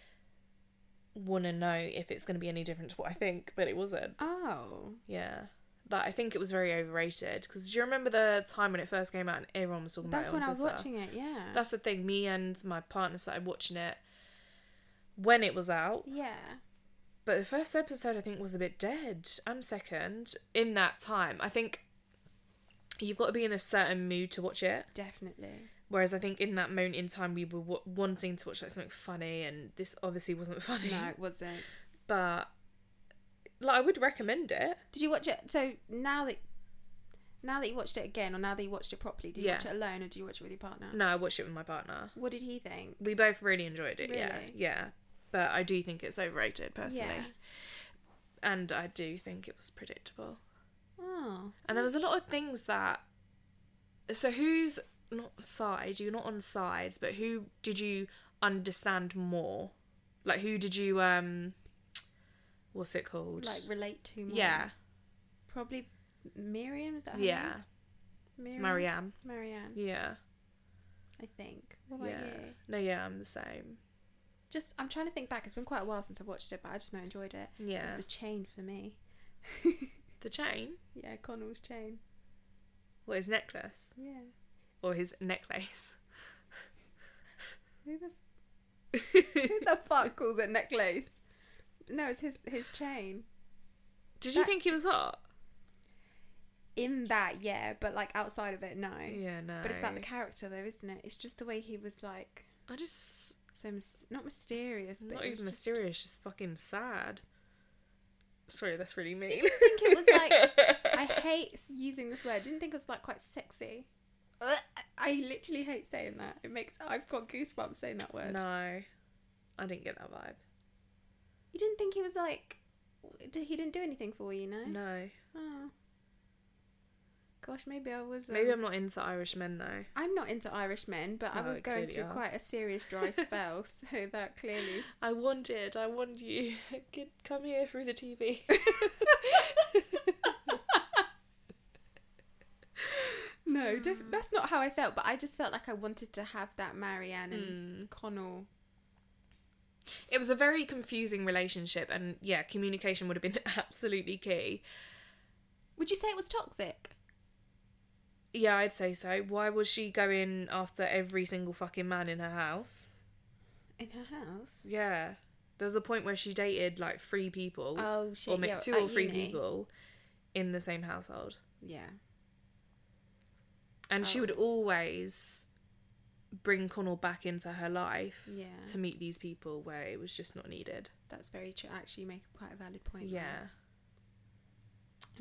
want to know if it's going to be any different to what I think, but it wasn't.
oh,
Yeah. Like, I think it was very overrated because do you remember the time when it first came out and everyone was talking
that's
about
when
it?
I
on
was
Twitter?
watching it. Yeah,
That's the thing. Me and my partner started watching it when it was out,
yeah,
but the first episode I think was a bit dead and second in that time. I think you've got to be in a certain mood to watch it.
definitely.
Whereas I think in that moment in time, we were w- wanting to watch like something funny, and this obviously wasn't *laughs* funny.
No, it wasn't.
But like, I would recommend it.
Did you watch it? So now that, now that you watched it again, or now that you watched it properly, do you
Yeah.
watch it alone or do you watch it with your partner?
No, I watched it with my partner.
What did he think?
We both really enjoyed it. Yeah,
Really?
yeah. But I do think it's overrated personally,
Yeah.
and I do think it was predictable.
Oh,
And there was a lot of things that. So who's not side? You're not on sides, but who did you understand more? Like who did you um? What's it called?
like relate to more.
yeah,
probably Miriam. Is that her
yeah.
name?
Marianne.
Marianne,
Yeah.
I think. What about
yeah.
you?
No, yeah, I'm the same.
just I'm trying to think back. It's been quite a while since I watched it, but I just know I enjoyed it. It was
Yeah.
the chain for me.
The chain?
yeah, Connell's chain.
Or his necklace?
Yeah.
Or his necklace? *laughs*
Who the
*laughs*
who the fuck calls it necklace? No, it's his his chain.
Did you
That
think he was hot?
In that, yeah, but like outside of it, no.
Yeah, no.
But it's about the character though, isn't it? It's just the way he was like
I just.
so mys- not mysterious, but
not
it was
even
just-
mysterious, just fucking sad. Sorry, that's really mean.
I think it was like
*laughs*
I hate s- using this word. Didn't think it was like quite sexy. *laughs* Ugh, I literally hate saying that. It makes I've got goosebumps saying that word.
no. I didn't get that vibe.
You didn't think he was like, d- he didn't do anything for you, no?
No.
Oh. Gosh, maybe I was. Um,
Maybe I'm not into Irish men, though.
I'm not into Irish men, but I
No,
was
you
going
clearly
through
are.
quite a serious dry *laughs* spell, so that clearly.
I wanted, I want you. *laughs* Kid, come here through the TV.
*laughs*
*laughs*
No, def- that's not how I felt, but I just felt like I wanted to have that Marianne and Connell.
it was a very confusing relationship and yeah communication would have been *laughs* absolutely key
Would you say it was toxic?
yeah i'd say so why was she going after every single fucking man in her house
In her house?
yeah there was a point where she dated like three people
Oh, shit,
or ma-
yeah,
two
at
or three
uni.
people in the same household
Yeah.
and she
Oh.
would always bring connell back into her life
Yeah.
to meet these people where it was just not needed
That's very true. Actually, you make quite a valid point. there.
yeah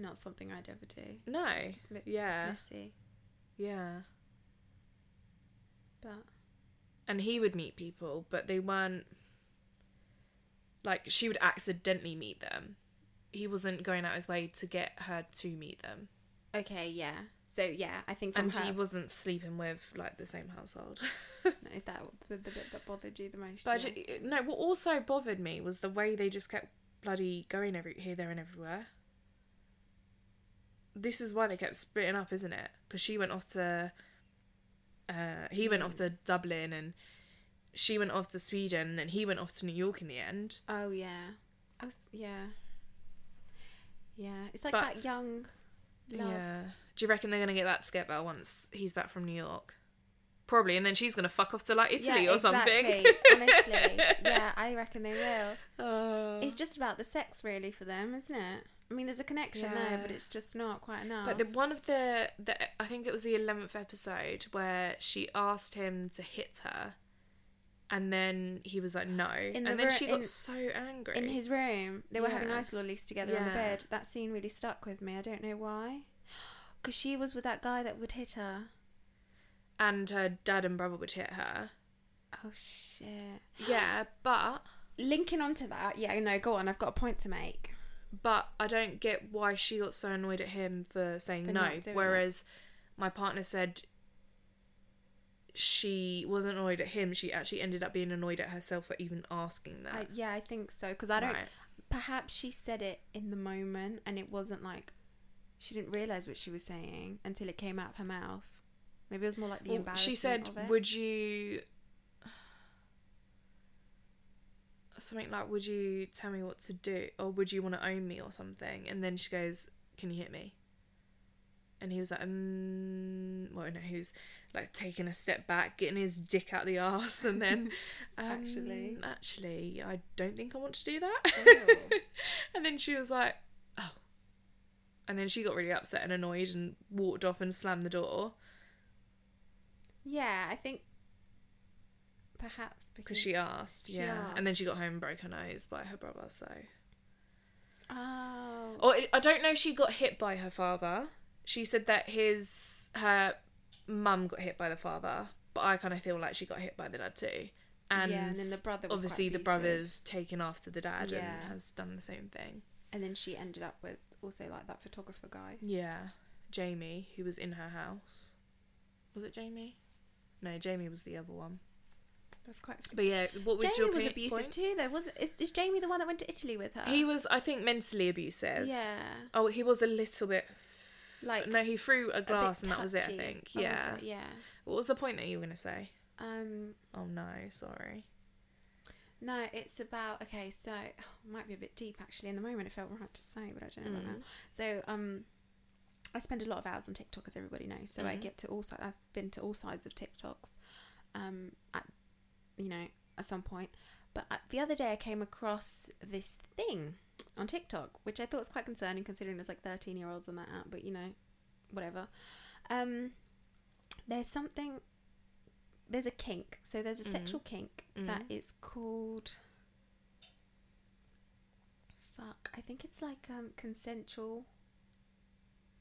Not something I'd ever do.
no
It's just a bit- it's
yeah
messy.
yeah
But
and he would meet people, but they weren't like she would accidentally meet them. He wasn't going out his way to get her to meet them,
Okay, yeah. So yeah, I think from
and
her,
he wasn't sleeping with like the same household. *laughs*
No, is that the, the bit that bothered you the most?
but I
yeah?
ju- eh, no, what also bothered me was the way they just kept bloody going every here, there, and everywhere. This is why they kept splitting up, isn't it? Because she went off to, uh, he went off
Mm.
to Dublin, and she went off to Sweden, and he went off to New York in the end.
oh yeah, I was, yeah, yeah. It's like
But-
that young love.
Yeah. Do you reckon they're gonna get that together once he's back from New York? Probably, and then she's gonna fuck off to like Italy
Yeah,
or something.
exactly. Honestly, yeah, I reckon they will.
*laughs* Oh.
It's just about the sex, really, for them, isn't it? I mean, there's a connection there, but
Yeah.
it's just not quite enough.
But the one of the, the I think it was the eleventh episode where she asked him to hit her, and then he was like no,
In
and
the
then
ro-
she got
in-
so angry.
in his room. They were having
Yeah.
ice lollies together on the
Yeah.
bed. That scene really stuck with me. I don't know why. Because she was with that guy that would hit her.
and her dad and brother would hit
*gasps*
her.
Oh shit.
Yeah, but
Linking onto that, yeah, no, go on. I've got a point to make.
but I don't get why she got so annoyed at him for saying
For
no.
not doing it.
Whereas my partner said she wasn't annoyed at him; she actually ended up being annoyed at herself for even asking that.
I, yeah, I think so. Because I don't.
Right.
Perhaps she said it in the moment, and it wasn't like she didn't realize what she was saying until it came out of her mouth. Maybe it was more like the
Well,
embarrassment.
she said,
of it.
"Would you?" Something like, "Would you tell me what to do, or would you want to own me, or something?" And then she goes, "Can you hit me?" And he was like, um, "Well, no." He's like taking a step back, getting his dick out the arse, and
*laughs*
then um,
Actually.
actually, I don't think I want to do that.
Oh.
*laughs* and then she was like, "Oh," and then she got really upset and annoyed and walked off and slammed the door.
Yeah, I think perhaps
because she asked,
she
yeah, and then
asked.
she got home and broke her nose by her brother. So,
Oh.
or it, I don't know, if she got hit by her father. She said that his her mum got hit by the father, but I kind of feel like she got hit by the dad too. And,
Yeah, and then the brother was quite
obviously the
abusive.
brother's taken after the dad
Yeah.
and has done the same thing.
And then she ended up with also like that photographer guy.
Yeah, Jamie, who was in her house, was it Jamie? No, Jamie was the other one.
That's quite.
But yeah, what was your
Jamie was
pe-
abusive
point?
too, though. Was is, is Jamie the one that went to Italy with her?
He was, I think, mentally abusive.
Yeah.
Oh, he was a little bit
Like
no, he threw a
a bit
glass and that was it. I
touchy.
think.
Oh, was
Yeah.
it? Yeah.
What was the point that you were gonna say?
Um.
Oh no, sorry.
No, it's about okay. So oh, might be a bit deep actually. In the moment, it felt right to say, but I don't know right now. So um, I spend a lot of hours on TikTok, as everybody knows. So I get to all sides. I've been to all sides of TikToks. Um, at you know at some point, but uh the other day I came across this thing on TikTok, which I thought was quite concerning considering there's like 13 year olds on that app. But you know, whatever. Um, there's something there's a kink. So there's a sexual kink that is called fuck. I think it's like um consensual,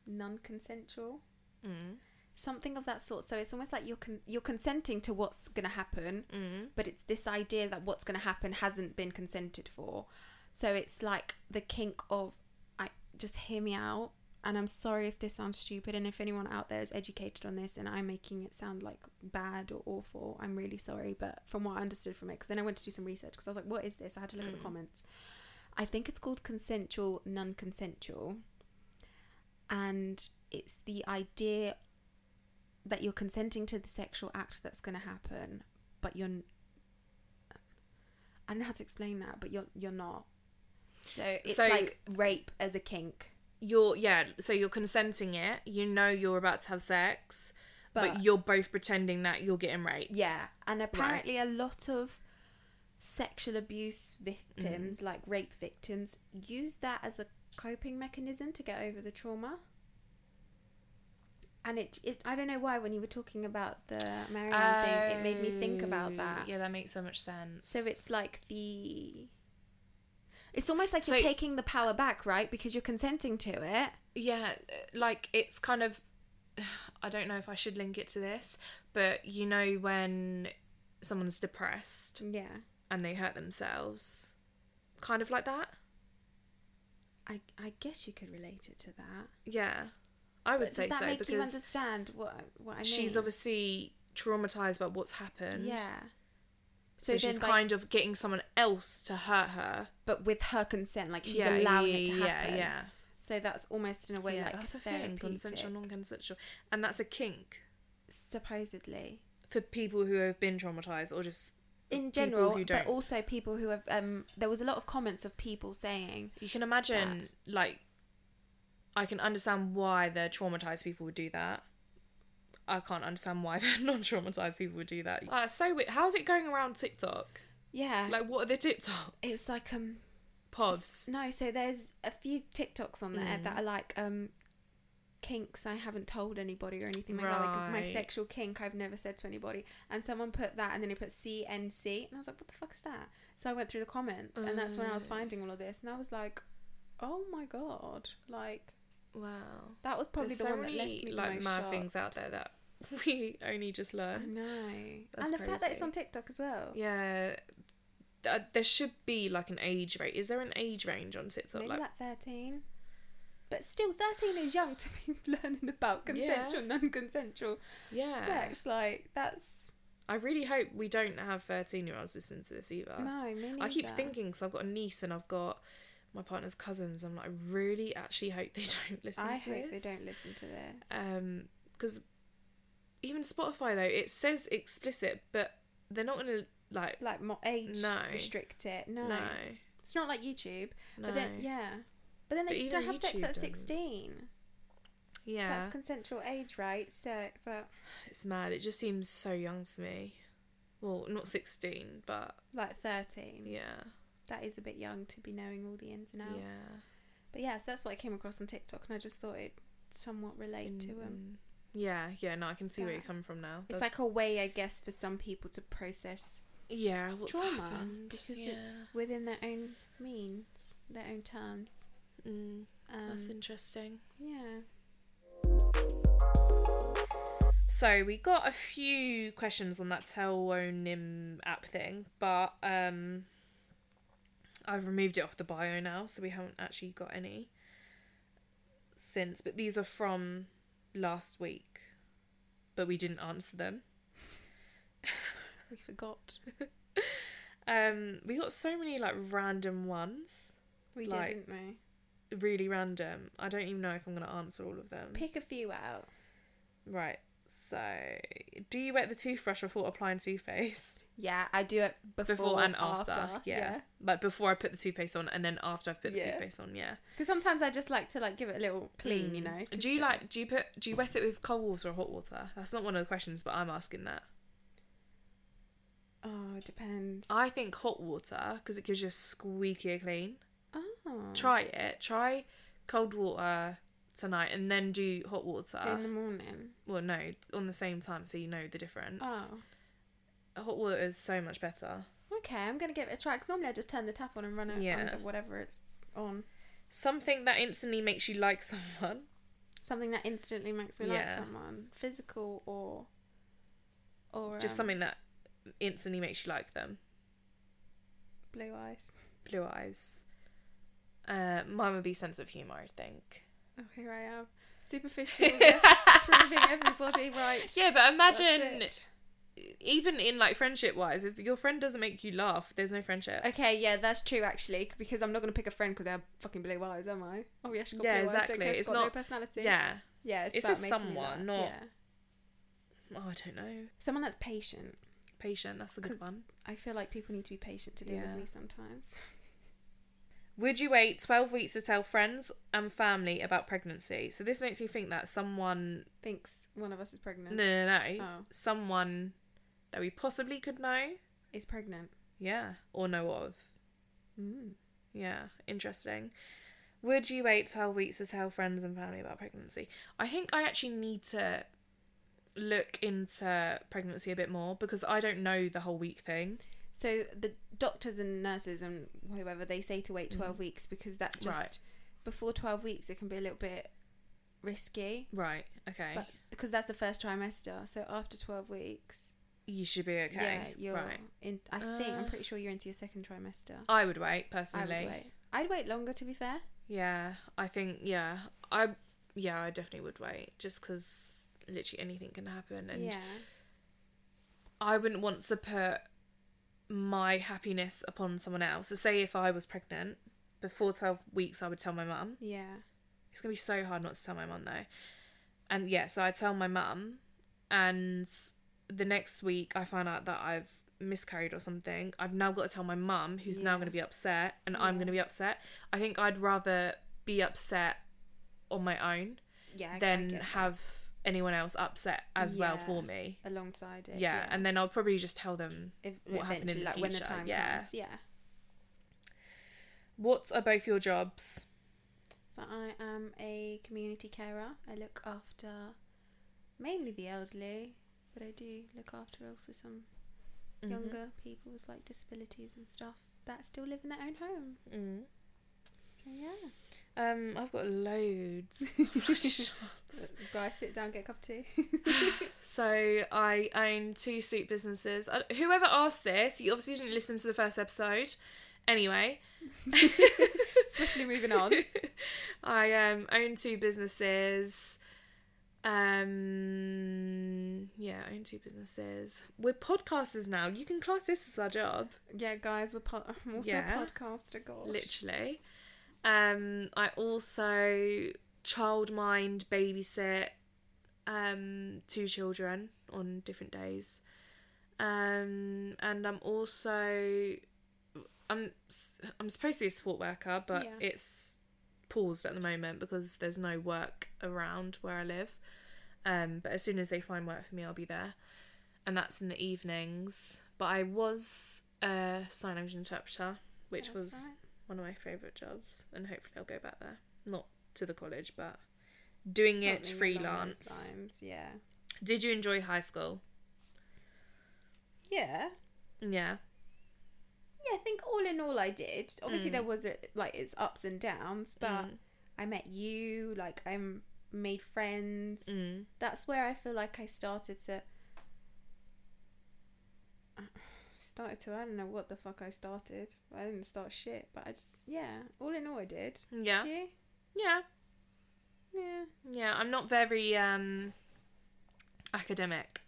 non-consensual,
Mm.
something of that sort. So it's almost like you're con- you're consenting to what's gonna happen,
Mm.
but it's this idea that what's gonna happen hasn't been consented for. So it's like the kink of I just hear me out. And I'm sorry if this sounds stupid, and if anyone out there is educated on this, and I'm making it sound like bad or awful, I'm really sorry. But from what I understood from it, because then I went to do some research, because I was like, "What is this?" I had to look at the comments. I think it's called consensual, non-consensual, and it's the idea that you're consenting to the sexual act that's going to happen, but you're. n- I don't know how to explain that, but you're you're not. So it's
So-
like rape as a kink.
You're yeah. So you're consenting it. You know you're about to have sex, but,
But-
you're both pretending that you're getting raped.
Yeah, and apparently a lot of sexual abuse victims,
Mm-hmm.
like rape victims, use that as a coping mechanism to get over the trauma. And it, it I don't know why when you were talking about the Marianne thing, it made me think about
Oh,
that.
Yeah, that makes so much sense.
So it's like the it's almost like you're
So-
taking the power back, right? Because you're consenting to it.
yeah, like it's kind of. *sighs* I don't know if I should link it to this, but you know when someone's depressed
Yeah.
and they hurt themselves, kind of like that.
I I guess you could relate it to that.
Yeah, I would
But
say
does that
so
make
because
you understand what what I mean?
she's obviously traumatized by what's happened.
Yeah.
So,
So
she's
then, like-
kind of getting someone else to hurt her.
but with her consent, like she's allowing it to happen.
Yeah, yeah.
So that's almost in a way
yeah
like
that's a thing.
therapeutic,
Consensual, non consensual. And that's a kink
supposedly.
for people who have been traumatized or just
In
people
general,
who
but
don't.
also people who have. Um, there was a lot of comments of people saying,
You can imagine, like, I can understand why the traumatized people would do that. I can't understand why *laughs* the non traumatized people would do that. Uh, so, weird. how's it going around TikTok?
"Yeah,
Like, what are the TikToks?
Uh, it's like um,
Pods. Mm.
no." So there's a few TikToks on there that are like um, kinks I haven't told anybody or anything like that. Like my
Right.
sexual kink I've never said to anybody. And someone put that and then it put CNC. And I was like, what the fuck is that? So I went through the comments and that's when I was
Oh.
finding all of this. And I was like, oh my God. Like,
Wow.
that was probably
There's
the
so
one that left
many
me the
like
most
mad
shocked.
things out there that *laughs* we only just
I
learned.
know.
That's
and the fact that it's
crazy.
on TikTok as well.
Yeah. Th- Uh, there should be like an age rate. Is there an age range on TikTok?
Maybe
like,
like, 13. But still, 13 is young to be *laughs* learning about
Yeah.
consensual, non consensual
yeah.
sex. Like, that's.
I really hope we don't have 13 year olds listening to this either.
No, me neither.
I keep thinking because I've got a niece and I've got my partner's cousins. I'm like, I really actually hope they *laughs* don't listen
I
to this.
hope they don't listen to this.
Um, because even Spotify though it says explicit, but they're not gonna like
like, more age
No.
restrict it.
no,
No. It's not like YouTube. But then,
No.
yeah. But then
But
if you don't
even
have sex
YouTube
at
doesn't.
16,
yeah,
that's consensual age, right? So, but
it's mad. It just seems so young to me. Well, not 16, but
like 13,
yeah,
that is a bit young to be knowing all the ins and outs.
yeah,
But yes, that's what I came across on TikTok, and I just thought it somewhat relate to them.
Mm, yeah, yeah. No, I can see where you
Yeah.
come from now.
It's
That's-
like a way, I guess, for some people to process
yeah, what's
trauma
happened?
because
yeah.
it's within their own means, their own terms.
Mm,
Um,
that's interesting.
yeah.
So we got a few questions on that telonym app thing, but um, I've removed it off the bio now, so we haven't actually got any since. But these are from last week, but we didn't answer them.
We forgot.
Um, we got so many like random ones,
We
Like-
did, didn't we?
really random. I don't even know if I'm gonna answer all of them.
Pick a few out.
Right. So, do you wet the toothbrush before applying toothpaste?
Yeah, I do it before,
before, and after. Yeah. Like before I put the toothpaste on and then after I've put the
Yeah.
toothpaste on, yeah.
Because sometimes I just like to like give it a little clean, you
Mm.
know. 'cause
Do you like do you put do you wet it with cold water or hot water? That's not one of the questions, but I'm asking that.
Oh, it depends.
I think hot water because it gives you a squeakier clean.
oh.
Try it. Try cold water tonight and then do hot water.
in the morning.
well, no, on the same time so you know the difference.
Oh,
Hot water is so much better.
okay. I'm gonna give it a try. 'cause normally I just turn the tap on and run it
Yeah.
under whatever it's on.
Something that instantly makes you like *laughs* someone.
Something that instantly makes me like
Yeah.
someone, physical or or
Just
um,
something that instantly makes you like them.
blue eyes.
blue eyes. Uh, mine would be sense of humor, I think.
Oh, here I am, superficial, yes,
*laughs*
proving everybody right.
Yeah, but
That's
imagine
it.
even in like friendship wise, if your friend doesn't make you laugh, there's no friendship.
Okay, yeah, that's true actually, because I'm not gonna pick a friend because they have fucking blue eyes, am I? Oh yeah, she got
Yeah,
blue
exactly.
eyes. Don't care, she
It's
got no
not-
personality.
Yeah.
yeah. It's,
It's
about
a
making me
someone,
laugh,
not-
yeah.
Oh, I don't know.
someone that's patient.
Patient. That's a good
'cause
one.
I feel like people need to be patient to deal
Yeah.
with
*laughs*
me sometimes.
Would you wait 12 weeks to tell friends and family about pregnancy? So this makes me think that someone,
Thinks one of us is pregnant.
no, no, no,
Oh.
someone that we possibly could know,
Is pregnant.
yeah, or know of.
Mm.
Yeah, interesting. Would you wait 12 weeks to tell friends and family about pregnancy? I think I actually need to look into pregnancy a bit more because I don't know the whole week thing.
So the doctors and nurses and whoever they say to wait 12 weeks because that just
Mm. Right.
before 12 weeks it can be a little bit risky.
Right, okay.
But because that's the first trimester, so after 12 weeks,
you should be okay.
yeah, you're
Right.
in I think I'm
Uh,
pretty sure you're into your second trimester.
I would wait
I
personally.
would wait. I'd wait longer to be fair.
Yeah, I think yeah. I yeah, I definitely would wait just cuz literally anything can happen and
yeah.
I wouldn't want to put my happiness upon someone else. So say if I was pregnant, before 12 weeks I would tell my mum.
Yeah.
It's gonna be so hard not to tell my mum though. And yeah, so I tell my mum, and the next week I find out that I've miscarried or something. I've now got to tell my mum, who's now
Yeah.
gonna be upset, and I'm
Yeah.
gonna be upset. I think I'd rather be upset on my own
Yeah. I- I
than
get that.
have anyone else upset as well
Yeah.
for me.
alongside it.
Yeah. and then I'll probably just tell them
if,
what happened in
eventually,
the
like when the
future,
time
yeah.
comes. Yeah.
what are both your jobs.
So I am a community carer. I look after mainly the elderly, but I do look after also some
Mm-hmm.
younger people with like disabilities and stuff that still live in their own home.
Mm.
So yeah.
Um, I've got loads.
*laughs* Guys, sit down, get a cup of tea.
so I own two soup businesses. I, whoever asked this, you obviously didn't listen to the first episode. Anyway,
*laughs* Swiftly moving on.
I um, own two businesses. Um, yeah, I own two businesses. We're podcasters now. You can class this as our job.
*laughs* Yeah, guys, we're po- I'm also
Yeah.
a podcaster. Gosh.
literally. Um, I also childmind babysit um, two children on different days, um, and I'm also I'm s- I'm supposed to be a support worker, but
Yeah.
it's paused at the moment because there's no work around where I live. Um, but as soon as they find work for me, I'll be there, and that's in the evenings. But I was a sign language interpreter, which
That's
was
right.
one of my favourite jobs, and hopefully I'll go back there. Not to the college, but doing it
Something along those
freelance.
lines, Yeah.
Did you enjoy high school?
Yeah.
Yeah.
Yeah, I think all in all, I did. Obviously, there was a, like its ups and downs, but I met you. Like I m- made friends.
Mm.
That's where I feel like I started to uh, started to. I don't know what the fuck I started. I didn't start shit, but I just, yeah. All in all, I did.
Yeah.
Did you?
Yeah.
Yeah.
Yeah. I'm not very um academic.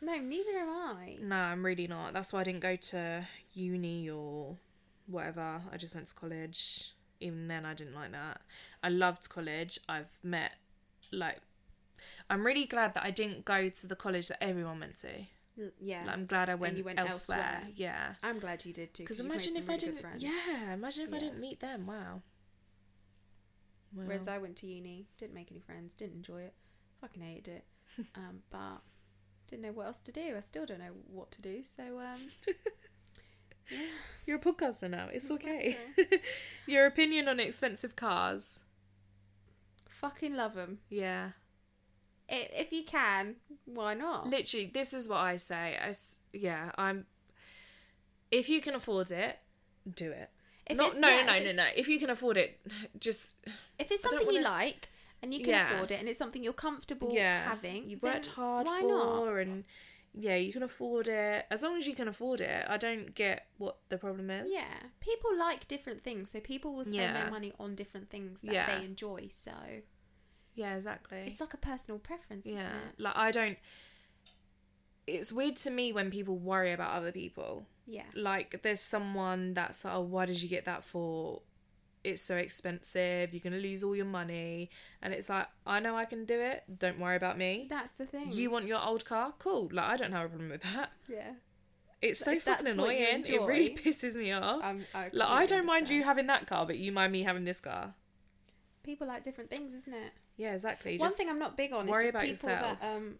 No, neither am I.
No, I'm really not. That's why I didn't go to uni or whatever. I just went to college. Even then, I didn't like that. I loved college. I've met, like, I'm really glad that I didn't go to the college that everyone went to.
L- Yeah.
Like, I'm glad I went,
you went
elsewhere.
elsewhere.
Yeah.
I'm glad you did too.
Because
'cause you've made
imagine
some
if
really
I
good
didn't.
friends.
Yeah, imagine if I
Yeah.
didn't meet them. Wow. Wow.
Whereas I went to uni, didn't make any friends, didn't enjoy it, fucking hated
*laughs*
it, um, but didn't know what else to do. I still don't know what to do. So um,
You're a podcaster now. It's okay. *laughs* Your opinion on expensive cars.
fucking love them.
Yeah.
I if you can, why not?
Literally, this is what I say. I s- yeah, I'm. If you can afford it, do it.
If
Not,
it's-
no,
yeah,
no,
if
no,
it's-
no. If you can afford it, *laughs* just
If it's
I don't
something you
wanna-
like and you can
Yeah.
afford it and it's something you're comfortable
yeah.
having,
You've
then
worked hard
Why
for,
not?
and yeah, you can afford it. As long as you can afford it, I don't get what the problem is.
Yeah, people like different things, so people will spend
Yeah.
their money on different things that
Yeah.
they enjoy. So
yeah, exactly.
it's like a personal preference,
yeah,
isn't it?
like I don't. It's weird to me when people worry about other people.
Yeah,
like there's someone that's like, oh, why did you get that for? It's so expensive. You're gonna lose all your money, and it's like, I know I can do it. Don't worry about me.
that's the thing.
You want your old car? Cool. Like I don't have a problem with that.
yeah.
It's so
Like, if
fucking
that's what you
annoying. it really
enjoy,
pisses me off.
Um, I
like I
completely
don't mind you
understand.
having that car, but you mind me having this car.
people like different things, isn't it?
Yeah, exactly.
One
Just-
thing I'm not big on
worry
is just
about
people
yourself.
that um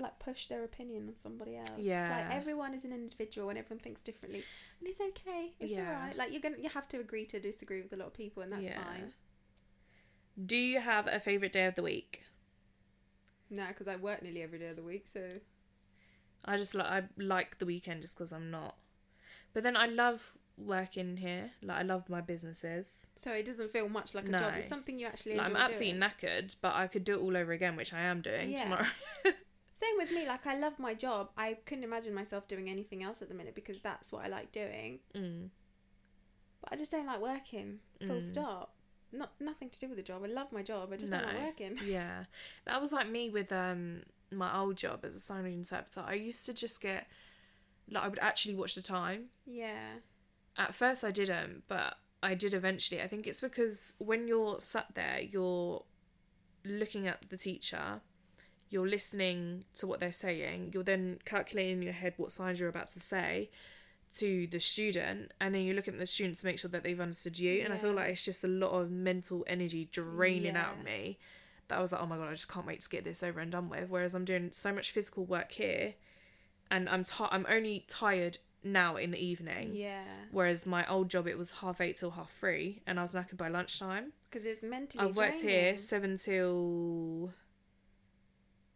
like push their opinion on somebody else. It's
Yeah.
like everyone is an individual and everyone thinks differently. And it's okay. It's
Yeah.
alright. Like you're gonna you have to agree to disagree with a lot of people and that's
Yeah.
fine.
Do you have a favorite day of the week?
No, because I work nearly every day of the week, so
I just like I like the weekend just because I'm not. But then I love working here. Like I love my businesses.
so it doesn't feel much like a
No.
job. It's something you actually
Like, I'm
enjoy
absolutely
doing.
knackered, but I could do it all over again, which I am doing
Yeah.
tomorrow. *laughs*
Same with me, like I love my job. I couldn't imagine myself doing anything else at the minute because that's what I like doing.
mm.
But I just don't like working. Full stop. Not nothing to do with the job. I love my job. I just don't like working. *laughs*
yeah, that was like me with um my old job as a sign language interpreter. I used to just get like I would actually watch the time.
Yeah.
At first, I didn't, but I did eventually. I think it's because when you're sat there, you're looking at the teacher, you're listening to what they're saying, you're then calculating in your head what signs you're about to say to the student, and then you're looking at the students to make sure that they've understood you. And I feel
Yeah.
like it's just a lot of mental energy draining out
Yeah.
of me. That I was like, oh my god, I just can't wait to get this over and done with. Whereas I'm doing so much physical work here, and I'm ti I'm only tired now in the evening.
Yeah.
Whereas my old job, it was half eight till half three, and I was knackered by lunchtime.
because it's mentally.
I've worked here
draining.
seven till.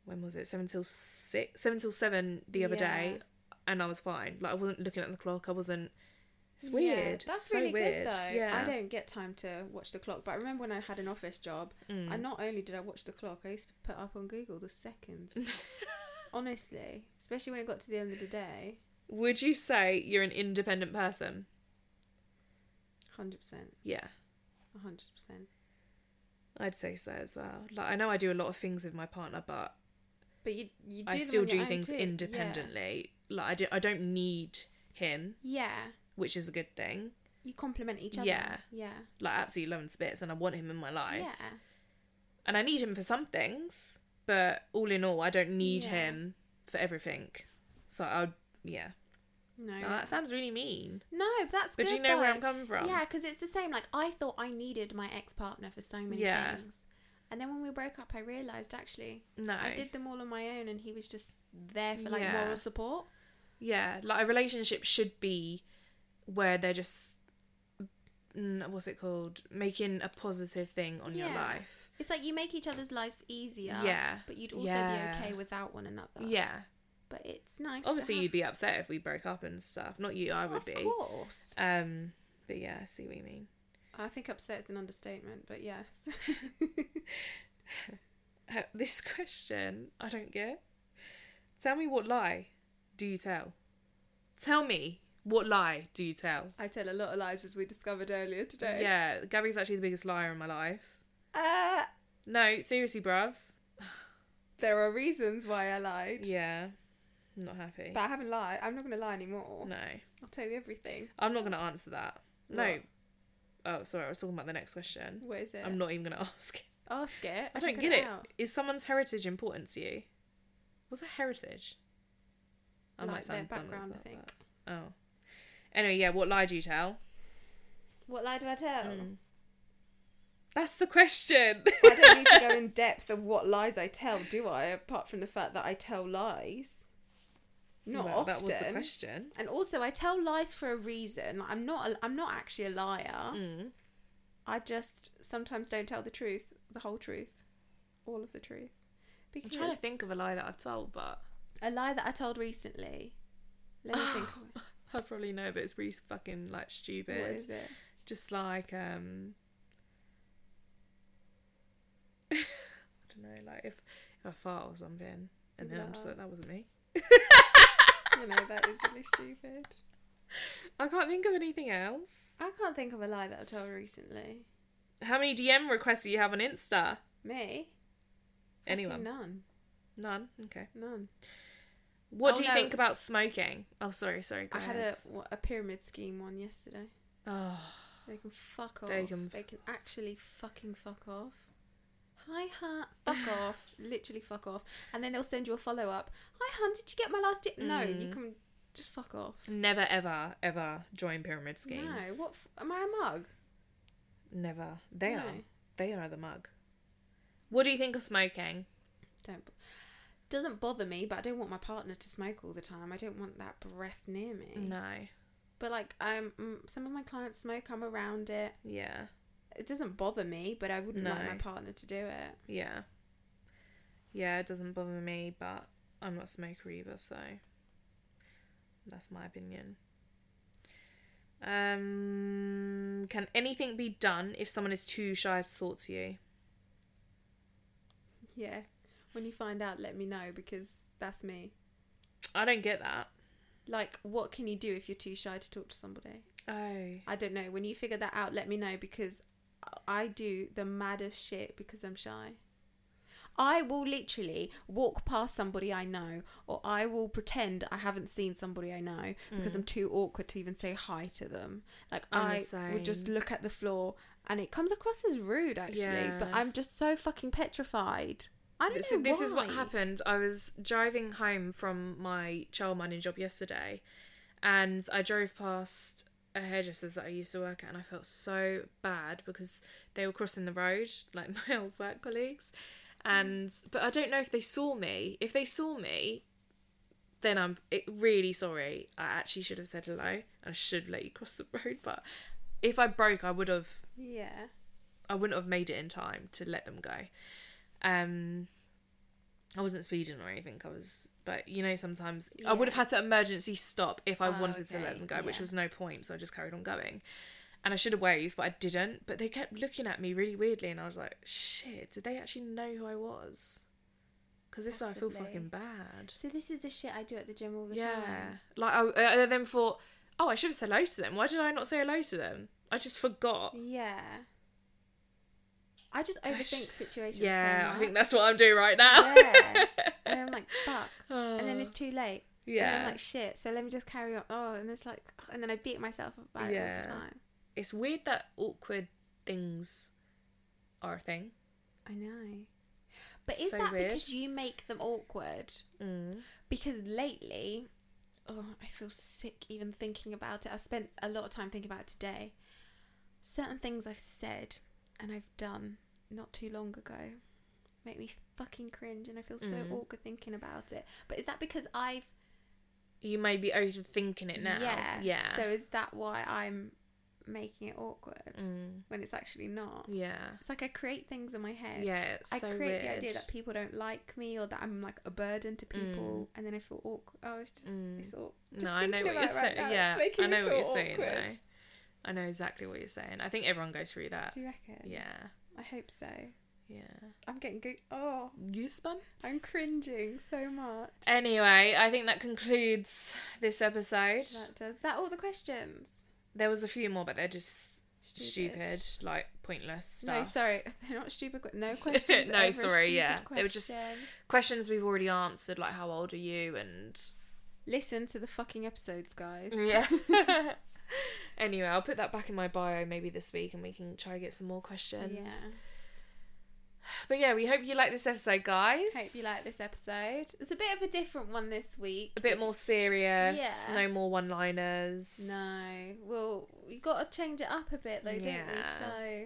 When was it? Seven till six. Seven till seven the other day, and I was fine. Like I wasn't looking at the clock. I wasn't. It's
Yeah,
weird.
that's
so
really
weird.
good though.
Yeah.
I don't get time to watch the clock, but I remember when I had an office job,
Mm.
I not only did I watch the clock, I used to put up on Google
*laughs*
the seconds. Honestly, especially when it got to the end of the day,
*laughs* Would you say you're an independent person?
hundred percent,
Yeah,
hundred percent.
I'd say so as well. Like I know I do a lot of things with my partner, but
But you, you do
I
them
still
on your
do
own
things
too. Yeah.
independently. Like I do, I don't need him,
Yeah.
which is a good thing.
you complement each other.
Yeah.
yeah,
Like I absolutely love him to bits, and I want him in my life.
yeah.
and I need him for some things, but all in all, I don't need
Yeah.
him for everything. So I'll, yeah.
No,
Now, that sounds really mean.
No, but that's
But
good.
do you know where
though.
I'm coming from?
Yeah, because it's the same. Like I thought I needed my ex partner for so many
Yeah.
things, and then when we broke up, I realized actually
No.
I did them all on my own, and he was just there for like
Yeah.
moral support.
Yeah, like a relationship should be where they're just, mm, what's it called? Making a positive thing on your
Yeah.
life.
It's like you make each other's lives easier.
Yeah.
but you'd also
Yeah.
be okay without one another.
Yeah.
but it's nice.
Obviously,
to
you'd
have...
be upset if we broke up and stuff. Not you, I would
of
be.
course.
Um, but yeah, I see what you mean.
I think upset is an understatement, but yes.
*laughs*
*laughs*
Uh, *laughs* this question I don't get. Tell me what lie do you tell? Tell me what lie do you tell?
I tell a lot of lies as we discovered earlier today.
Yeah, Gabby's actually the biggest liar in my life.
Uh,
No, seriously, bruv.
there are reasons why I lied.
Yeah, I'm not happy.
But I haven't lied. I'm not going to lie anymore.
no,
I'll tell you everything.
I'm not gonna answer that. No.
What?
Oh, sorry, I was talking about the next question.
What is it?
I'm not even gonna *laughs* ask.
Ask it.
I
can
don't
cut
get it. Is
out.
someone's heritage important to you? What's a heritage? I
Like
might
their
sound dumb as
background, I
that,
think.
but- Oh. Anyway, yeah. What lie do you tell? Hmm.
What lie do I tell?
Mm. That's the question. *laughs*
I don't need to go in depth of what lies I tell, do I? Apart from the fact that I tell lies. Not
Well,
often.
That was the question.
And also, I tell lies for a reason. Like, I'm not. A, I'm not actually a liar.
Mm.
I just sometimes don't tell the truth, the whole truth, all of the truth.
I'm
Because
trying to think of a lie that I've told, but
a lie that I told recently. Let me
*sighs*
think. of it.
I probably know, but it's really fucking like stupid.
What is it?
Just like um, *laughs* I don't know, like if, if I fart or something, and then I'm just like that wasn't me.
You know that is really stupid.
I can't think of anything else.
I can't think of a lie that I told recently.
How many DM requests do you have on Insta?
Me?
Anyone?
Fucking None.
None. Okay.
None.
What
Oh,
do you
no.
think about smoking? Oh, sorry, sorry. go
I had a,
ahead.
what, a pyramid scheme one yesterday.
Oh,
They can fuck off.
They
They
can
can, actually fucking fuck off. Hi, Han.
*laughs*
Fuck off. Literally fuck off. And then they'll send you a follow up. Hi, Han. Did you get my last tip? No, you
Mm.
can just fuck off.
never, ever, ever join pyramid schemes.
No. What? F- am I a mug?
Never. They are.
No.
They are the mug. What do you think of smoking?
Don't. b- Doesn't bother me, but I don't want my partner to smoke all the time. I don't want that breath near me.
No.
But like, um, mm, some of my clients smoke. I'm around it.
Yeah.
It doesn't bother me, but I wouldn't like
No.
my partner to do it.
Yeah. Yeah, it doesn't bother me, but I'm not a smoker either, so that's my opinion. Um, can anything be done if someone is too shy to talk to you?
Yeah. When you find out, let me know because that's me.
I don't get that.
Like, what can you do if you're too shy to talk to somebody?
Oh.
I don't know. When you figure that out, let me know because I- I do the maddest shit because I'm shy. I will literally walk past somebody I know, or I will pretend I haven't seen somebody I know because I'm too awkward to even say hi to them. Like
Mm. I'm
i
the
would just
same.
look at the floor, and it comes across as rude actually. But
Yeah.
I'm just so fucking petrified. I don't
so
know.
this is what
why.
happened. I was driving home from my child minding job yesterday, and I drove past a hairdresser's that I used to work at, and I felt so bad because they were crossing the road, *laughs* like my old work colleagues,
Hmm.
and but I don't know if they saw me. If they saw me, then I'm it, really sorry. I actually should have said hello. I should let you cross the road, but if I broke, I would have
Yeah.
I I wouldn't have made it in time to let them go. Um, I wasn't speeding or anything. I was, but you know, sometimes I would have had to emergency stop if I
Oh,
wanted to let
okay,
them go, which
yeah.
was no point. So I just carried on going, and I should have waved, but I didn't. But they kept looking at me really weirdly, and I was like, "Shit, did they actually know who I was?" Because if so, I feel
Possibly.
fucking bad.
So this is the shit I do at the gym all the
Yeah,
time.
like I, I then thought, "Oh, I should have said hello to them. Why did I not say hello to them? I just forgot."
Yeah. I just overthink situations. so
Yeah, I think
much.
that's what I'm doing right now.
Yeah. and then
*laughs*
I'm like, fuck. And then
Oh.
it's too late. And
Yeah.
I'm like, shit. So let me just carry on. Oh, and it's like, ugh, and then I beat myself up about it all
Yeah.
the time.
it's weird that awkward things are a thing.
I know. But is
So
that
weird.
because you make them awkward?
Mm.
Because lately, oh, I feel sick even thinking about it. I spent a lot of time thinking about it today. Certain things I've said and I've done not too long ago make me fucking cringe and I feel
Mm.
so awkward thinking about it. But is that because I've.
You may be overthinking it now.
Yeah.
Yeah. Yeah.
So is that why I'm making it awkward when it's actually not?
Mm. yeah.
It's like I create things in my head.
Yeah, it's
I
so
create
weird.
the
Mm.
idea that people don't like me or that I'm like a burden to people, and then I feel awkward. Oh, it's just it's all. Just
No, I know
thinking
what you're
about it right
saying.
now, it's
yeah,
making
I
me
know what
feel
you're saying.
awkward.
Though. I know exactly what you're saying. I think everyone goes through
*laughs*
that.
Do you reckon?
Yeah.
I hope so.
Yeah.
I'm getting go- oh,
Goosebumps.
I'm cringing so much.
Anyway, I think that concludes this episode.
That does that all the questions.
There was a few more, but they're just
Stupid.
stupid, like pointless stuff.
No, sorry, *laughs* they're not stupid. que- No
*laughs*
questions.
No,
over a
sorry,
stupid
yeah. They were just-
question.
Questions we've already answered, like how old are you and
listen to the fucking episodes, *laughs* guys.
Yeah. anyway, I'll put that back in my bio maybe this week and we can try get some more questions.
Yeah.
But yeah, we hope you like this episode, guys.
Hope you like this episode. It's a bit of a different one this week.
A bit more serious.
Yeah.
No more one liners.
No. Well, we got to change it up a bit though, don't we?
Yeah.
So,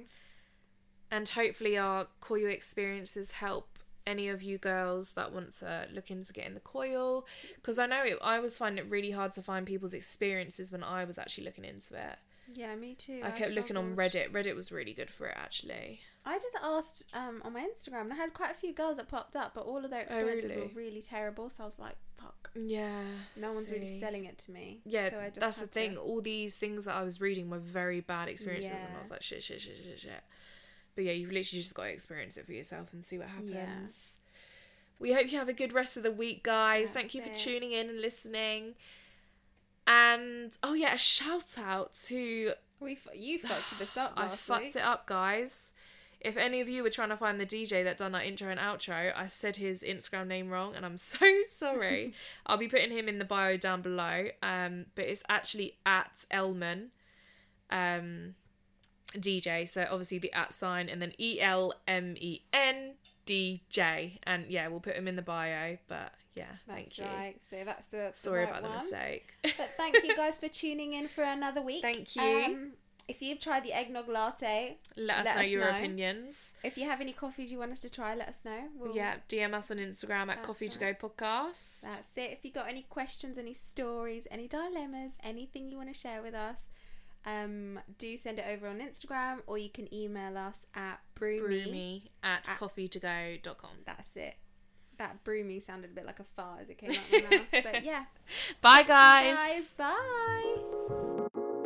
And hopefully our coil experiences help any of you girls that want to look into getting the coil because I know it, I was finding it really hard to find people's experiences when I was actually looking into it.
yeah, me too.
I kept looking on Reddit.
struggled.
Reddit was really good for it actually.
I just asked um, on my Instagram and I had quite a few girls that popped up, but all of their experiences
Oh, really?
were really terrible. So I was like, fuck.
Yeah.
No one's really
see.
selling it to me.
Yeah,
so I just
that's the
had to-
thing. All these things that I was reading were very bad experiences, and
Yeah.
I was like, shit, shit, shit, shit, shit. But yeah, you've literally just got to experience it for yourself and see what happens. We hope you have a good rest of the week, guys. Thank
That's
you for
it.
tuning in and listening. And oh yeah, a shout out to
We f- you fucked this up.
*sighs* I
last
fucked
week.
it up, guys. If any of you were trying to find the DJ that done our intro and outro, I said his Instagram name wrong, and I'm *laughs* so
*laughs*
sorry. I'll be putting him in the bio down below. Um, but it's actually at Elman, um, DJ. So obviously the at sign, and then E L M E N D J. And yeah, we'll put him in the bio. But yeah,
That's
thank you.
right. So that's the the
Sorry
right
about
one.
the mistake.
But thank you guys for tuning in for another week. Um,
Thank you.
if you've tried the eggnog latte,
*laughs* let us
let
know
us
your
know.
opinions.
if you have any coffees you want us to try, let us know. We'll,
Yeah, DM us on Instagram at
That's
Coffee to Go
right.
Podcast.
That's it. If you got any questions, any stories, any dilemmas, anything you want to share with us, um, do send it over on Instagram or you can email us at broomy.
brewme at,
at-
coffeetogo.com.
That's it. That broomy sounded a bit like a fart as it came out
*laughs*
of my mouth. But yeah.
Bye,
Guys, bye.